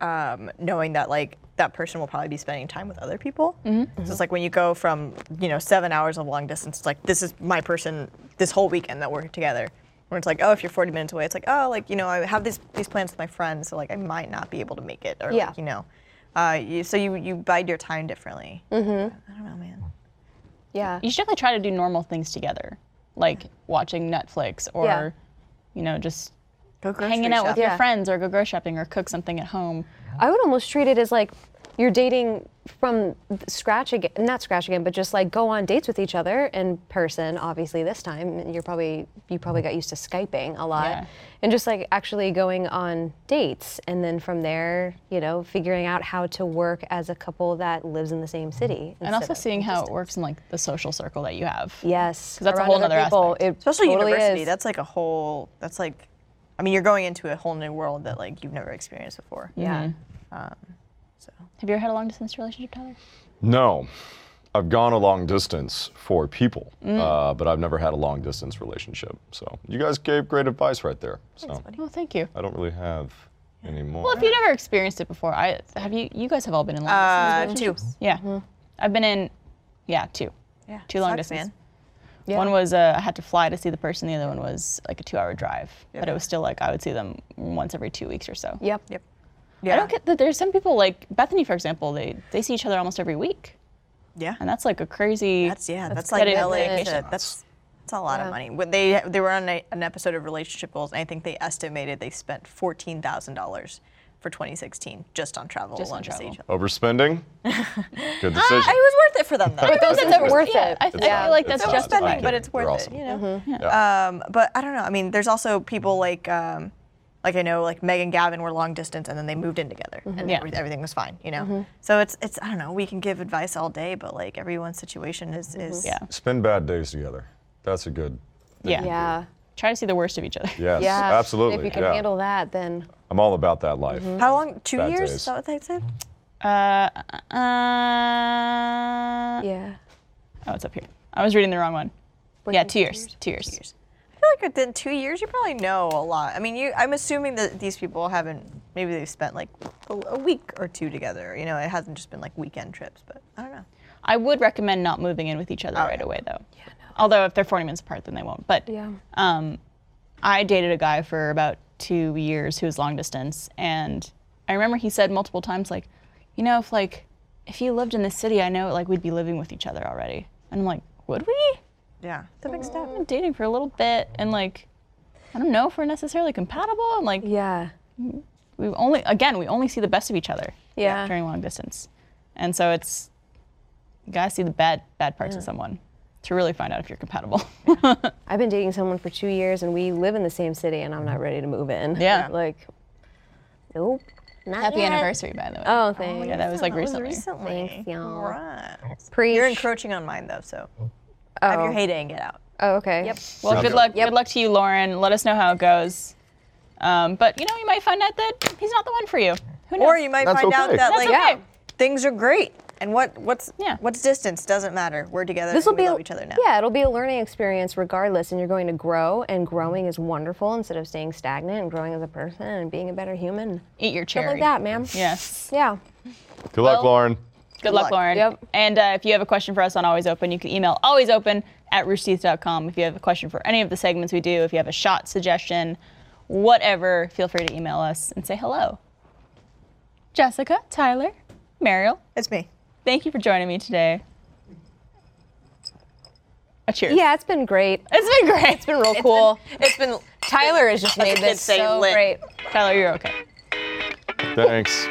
[SPEAKER 4] um, knowing that like that person will probably be spending time with other people.
[SPEAKER 1] Mm-hmm.
[SPEAKER 4] So it's like when you go from you know seven hours of long distance, it's like this is my person this whole weekend that we're together. Where it's like, oh, if you're 40 minutes away, it's like, oh, like you know, I have these these plans with my friends, so like I might not be able to make it, or
[SPEAKER 2] Yeah.
[SPEAKER 4] like, you know, uh, you, so you you bide your time differently. Mm-hmm. I don't know, man.
[SPEAKER 2] yeah
[SPEAKER 1] You should definitely try to do normal things together, like watching Netflix or,
[SPEAKER 2] Yeah.
[SPEAKER 1] you know, just
[SPEAKER 4] Go grocery
[SPEAKER 1] hanging out with
[SPEAKER 4] shopping.
[SPEAKER 1] your
[SPEAKER 2] Yeah.
[SPEAKER 1] friends or go grocery shopping or cook something at home.
[SPEAKER 2] I would almost treat it as like you're dating from scratch again, not scratch again, but just like go on dates with each other in person. Obviously, this time you're probably you probably got used to skyping a lot,
[SPEAKER 1] Yeah.
[SPEAKER 2] and just like actually going on dates, and then from there, you know, figuring out how to work as a couple that lives in the same city,
[SPEAKER 1] and also seeing how it works in like the social circle that you have.
[SPEAKER 2] yes,
[SPEAKER 1] 'Cause that's a
[SPEAKER 2] around
[SPEAKER 1] whole
[SPEAKER 2] other
[SPEAKER 1] nother
[SPEAKER 2] people,
[SPEAKER 1] aspect.
[SPEAKER 2] It
[SPEAKER 4] Especially
[SPEAKER 2] totally
[SPEAKER 4] university,
[SPEAKER 2] is.
[SPEAKER 4] that's like a whole. That's like, I mean, you're going into a whole new world that like you've never experienced before.
[SPEAKER 2] yeah.
[SPEAKER 4] So.
[SPEAKER 1] Have you ever had a long distance relationship, Tyler?
[SPEAKER 3] No, I've gone a long distance for people, uh, but I've never had a long distance relationship. So you guys gave great advice right there. So
[SPEAKER 1] Oh, thank you.
[SPEAKER 3] I don't really have anymore.
[SPEAKER 1] Well, if you'd ever experienced it before, I have you. You guys have all been in long
[SPEAKER 4] Uh,
[SPEAKER 1] distance
[SPEAKER 4] two.
[SPEAKER 1] relationships. Yeah, I've been in. Yeah, two.
[SPEAKER 4] Yeah.
[SPEAKER 1] Two long
[SPEAKER 4] sucks,
[SPEAKER 1] distance.
[SPEAKER 4] man.
[SPEAKER 2] Yeah.
[SPEAKER 1] One was uh, I had to fly to see the person. The other one was like a two-hour drive.
[SPEAKER 4] Yeah.
[SPEAKER 1] But it was still like I would see them once every two weeks or so.
[SPEAKER 2] Yep.
[SPEAKER 4] Yep.
[SPEAKER 1] I don't get that. There's some people like Bethany, for example. They they see each other almost every week,
[SPEAKER 4] Yeah.
[SPEAKER 1] and that's like a crazy.
[SPEAKER 4] That's yeah. That's,
[SPEAKER 1] That's
[SPEAKER 4] like
[SPEAKER 1] good
[SPEAKER 4] LA.
[SPEAKER 1] advantage.
[SPEAKER 4] shit. That's that's a lot of money. When they they were on a, an episode of Relationship Goals, and I think they estimated they spent fourteen thousand dollars for 2016 just on travel
[SPEAKER 1] Just on
[SPEAKER 4] alone to see
[SPEAKER 1] travel.
[SPEAKER 4] each other.
[SPEAKER 2] (laughs)
[SPEAKER 3] Overspending.
[SPEAKER 2] Uh,
[SPEAKER 3] Good decision.
[SPEAKER 4] Ah, it was worth it for them though.
[SPEAKER 1] I don't
[SPEAKER 2] those
[SPEAKER 1] think
[SPEAKER 2] things are
[SPEAKER 1] that's
[SPEAKER 2] worth
[SPEAKER 1] yeah,
[SPEAKER 2] it.
[SPEAKER 1] I, I
[SPEAKER 2] Yeah.
[SPEAKER 1] feel like
[SPEAKER 3] It's
[SPEAKER 1] that's
[SPEAKER 3] not
[SPEAKER 4] They're
[SPEAKER 1] just
[SPEAKER 3] bad.
[SPEAKER 4] spending, but
[SPEAKER 3] kidding.
[SPEAKER 4] it's worth
[SPEAKER 3] They're
[SPEAKER 4] it.
[SPEAKER 3] awesome.
[SPEAKER 4] You know.
[SPEAKER 1] Mm-hmm.
[SPEAKER 3] Yeah.
[SPEAKER 4] Um, but I don't know. I mean, there's also people like, um, like I know, like Meg and Gavin were long distance, and then they moved in together, and
[SPEAKER 1] Mm-hmm. Yeah. Mm-hmm.
[SPEAKER 4] every- everything was fine. You know. So it's it's I don't know. We can give advice all day, but like everyone's situation is is
[SPEAKER 1] Mm-hmm. Yeah.
[SPEAKER 3] Spend bad days together. That's a good.
[SPEAKER 1] yeah.
[SPEAKER 2] Yeah.
[SPEAKER 1] Try to see the worst of each other.
[SPEAKER 3] Yes.
[SPEAKER 2] Yeah.
[SPEAKER 3] Absolutely.
[SPEAKER 2] If you can
[SPEAKER 3] yeah.
[SPEAKER 2] handle Mm-hmm. that, then
[SPEAKER 3] I'm all about that life.
[SPEAKER 4] How long? Two
[SPEAKER 3] Bad
[SPEAKER 4] years?
[SPEAKER 3] days.
[SPEAKER 4] Is that what they said?
[SPEAKER 1] Mm-hmm. Uh, uh, uh,
[SPEAKER 2] yeah.
[SPEAKER 1] Oh, it's up here. I was reading the wrong one. yeah, two years. Two years.
[SPEAKER 4] I feel like within two years, you probably know a lot. I mean, you. I'm assuming that these people haven't. Maybe they've spent like a, a week or two together. You know, it hasn't just been like weekend trips. But I don't know.
[SPEAKER 1] I would recommend not moving in with each other right
[SPEAKER 4] yeah.
[SPEAKER 1] away, though. Oh, Yeah, no. Although if they're 40 minutes apart, then they won't. But
[SPEAKER 2] Yeah.
[SPEAKER 1] um, I dated a guy for about two years who was long distance, and I remember he said multiple times, like, you know, if like if you lived in the city, I know like we'd be living with each other already. And I'm like, would we?
[SPEAKER 4] Yeah, it's a big step.
[SPEAKER 1] I've been dating for a little bit, and like, I don't know if we're necessarily compatible. And like,
[SPEAKER 2] Yeah.
[SPEAKER 1] we only again we only see the best of each other
[SPEAKER 2] Yeah.
[SPEAKER 1] during long distance and so it's you gotta see the bad bad parts of someone to really find out if you're compatible (laughs)
[SPEAKER 2] I've been dating someone for two years, and we live in the same city, and I'm not ready to move in.
[SPEAKER 1] Yeah.
[SPEAKER 2] (laughs) Like, nope. Not
[SPEAKER 1] happy
[SPEAKER 2] yet.
[SPEAKER 1] anniversary by the way
[SPEAKER 2] Oh, thanks.
[SPEAKER 1] yeah that was like recently
[SPEAKER 4] recently.
[SPEAKER 2] Thanks, y'all.
[SPEAKER 4] Right.
[SPEAKER 2] Preach.
[SPEAKER 4] You're encroaching on mine though, so have your heyday and get out.
[SPEAKER 2] Oh, okay.
[SPEAKER 4] Yep.
[SPEAKER 1] well good
[SPEAKER 3] Sounds good.
[SPEAKER 1] luck good luck to you lauren let us know how it goes um, but you know you might find out that he's not the one for you who knows
[SPEAKER 4] Or you might
[SPEAKER 3] That's
[SPEAKER 4] find out
[SPEAKER 3] okay.
[SPEAKER 4] that
[SPEAKER 3] That's
[SPEAKER 4] like
[SPEAKER 1] okay.
[SPEAKER 4] things are great. And what what's
[SPEAKER 1] Yeah.
[SPEAKER 4] what's distance doesn't matter. We're together.
[SPEAKER 2] This will
[SPEAKER 4] and we
[SPEAKER 2] be
[SPEAKER 4] love each other now.
[SPEAKER 2] yeah. It'll be a learning experience regardless, and you're going to grow, and growing is wonderful instead of staying stagnant and growing as a person and being a better human.
[SPEAKER 1] eat your
[SPEAKER 2] Stuff
[SPEAKER 1] cherry
[SPEAKER 2] like that, ma'am.
[SPEAKER 1] yes
[SPEAKER 2] Yeah.
[SPEAKER 3] Good luck,
[SPEAKER 1] Well-
[SPEAKER 3] Lauren.
[SPEAKER 1] Good luck,
[SPEAKER 4] luck.
[SPEAKER 1] Lauren.
[SPEAKER 2] Yep.
[SPEAKER 1] And uh, if you have a question for us on Always Open, you can email alwaysopen at roosterteeth.com. If you have a question for any of the segments we do, if you have a shot suggestion, whatever, feel free to email us and say hello. Jessica, Tyler, Mariel,
[SPEAKER 4] It's me.
[SPEAKER 1] thank you for joining me today. A cheers.
[SPEAKER 2] Yeah. It's been great.
[SPEAKER 1] It's been great.
[SPEAKER 2] It's been real cool.
[SPEAKER 4] It's been
[SPEAKER 2] Tyler has just made
[SPEAKER 4] kids
[SPEAKER 2] this
[SPEAKER 4] say,
[SPEAKER 2] so
[SPEAKER 4] lit.
[SPEAKER 2] great.
[SPEAKER 1] Tyler, you're okay.
[SPEAKER 3] Thanks.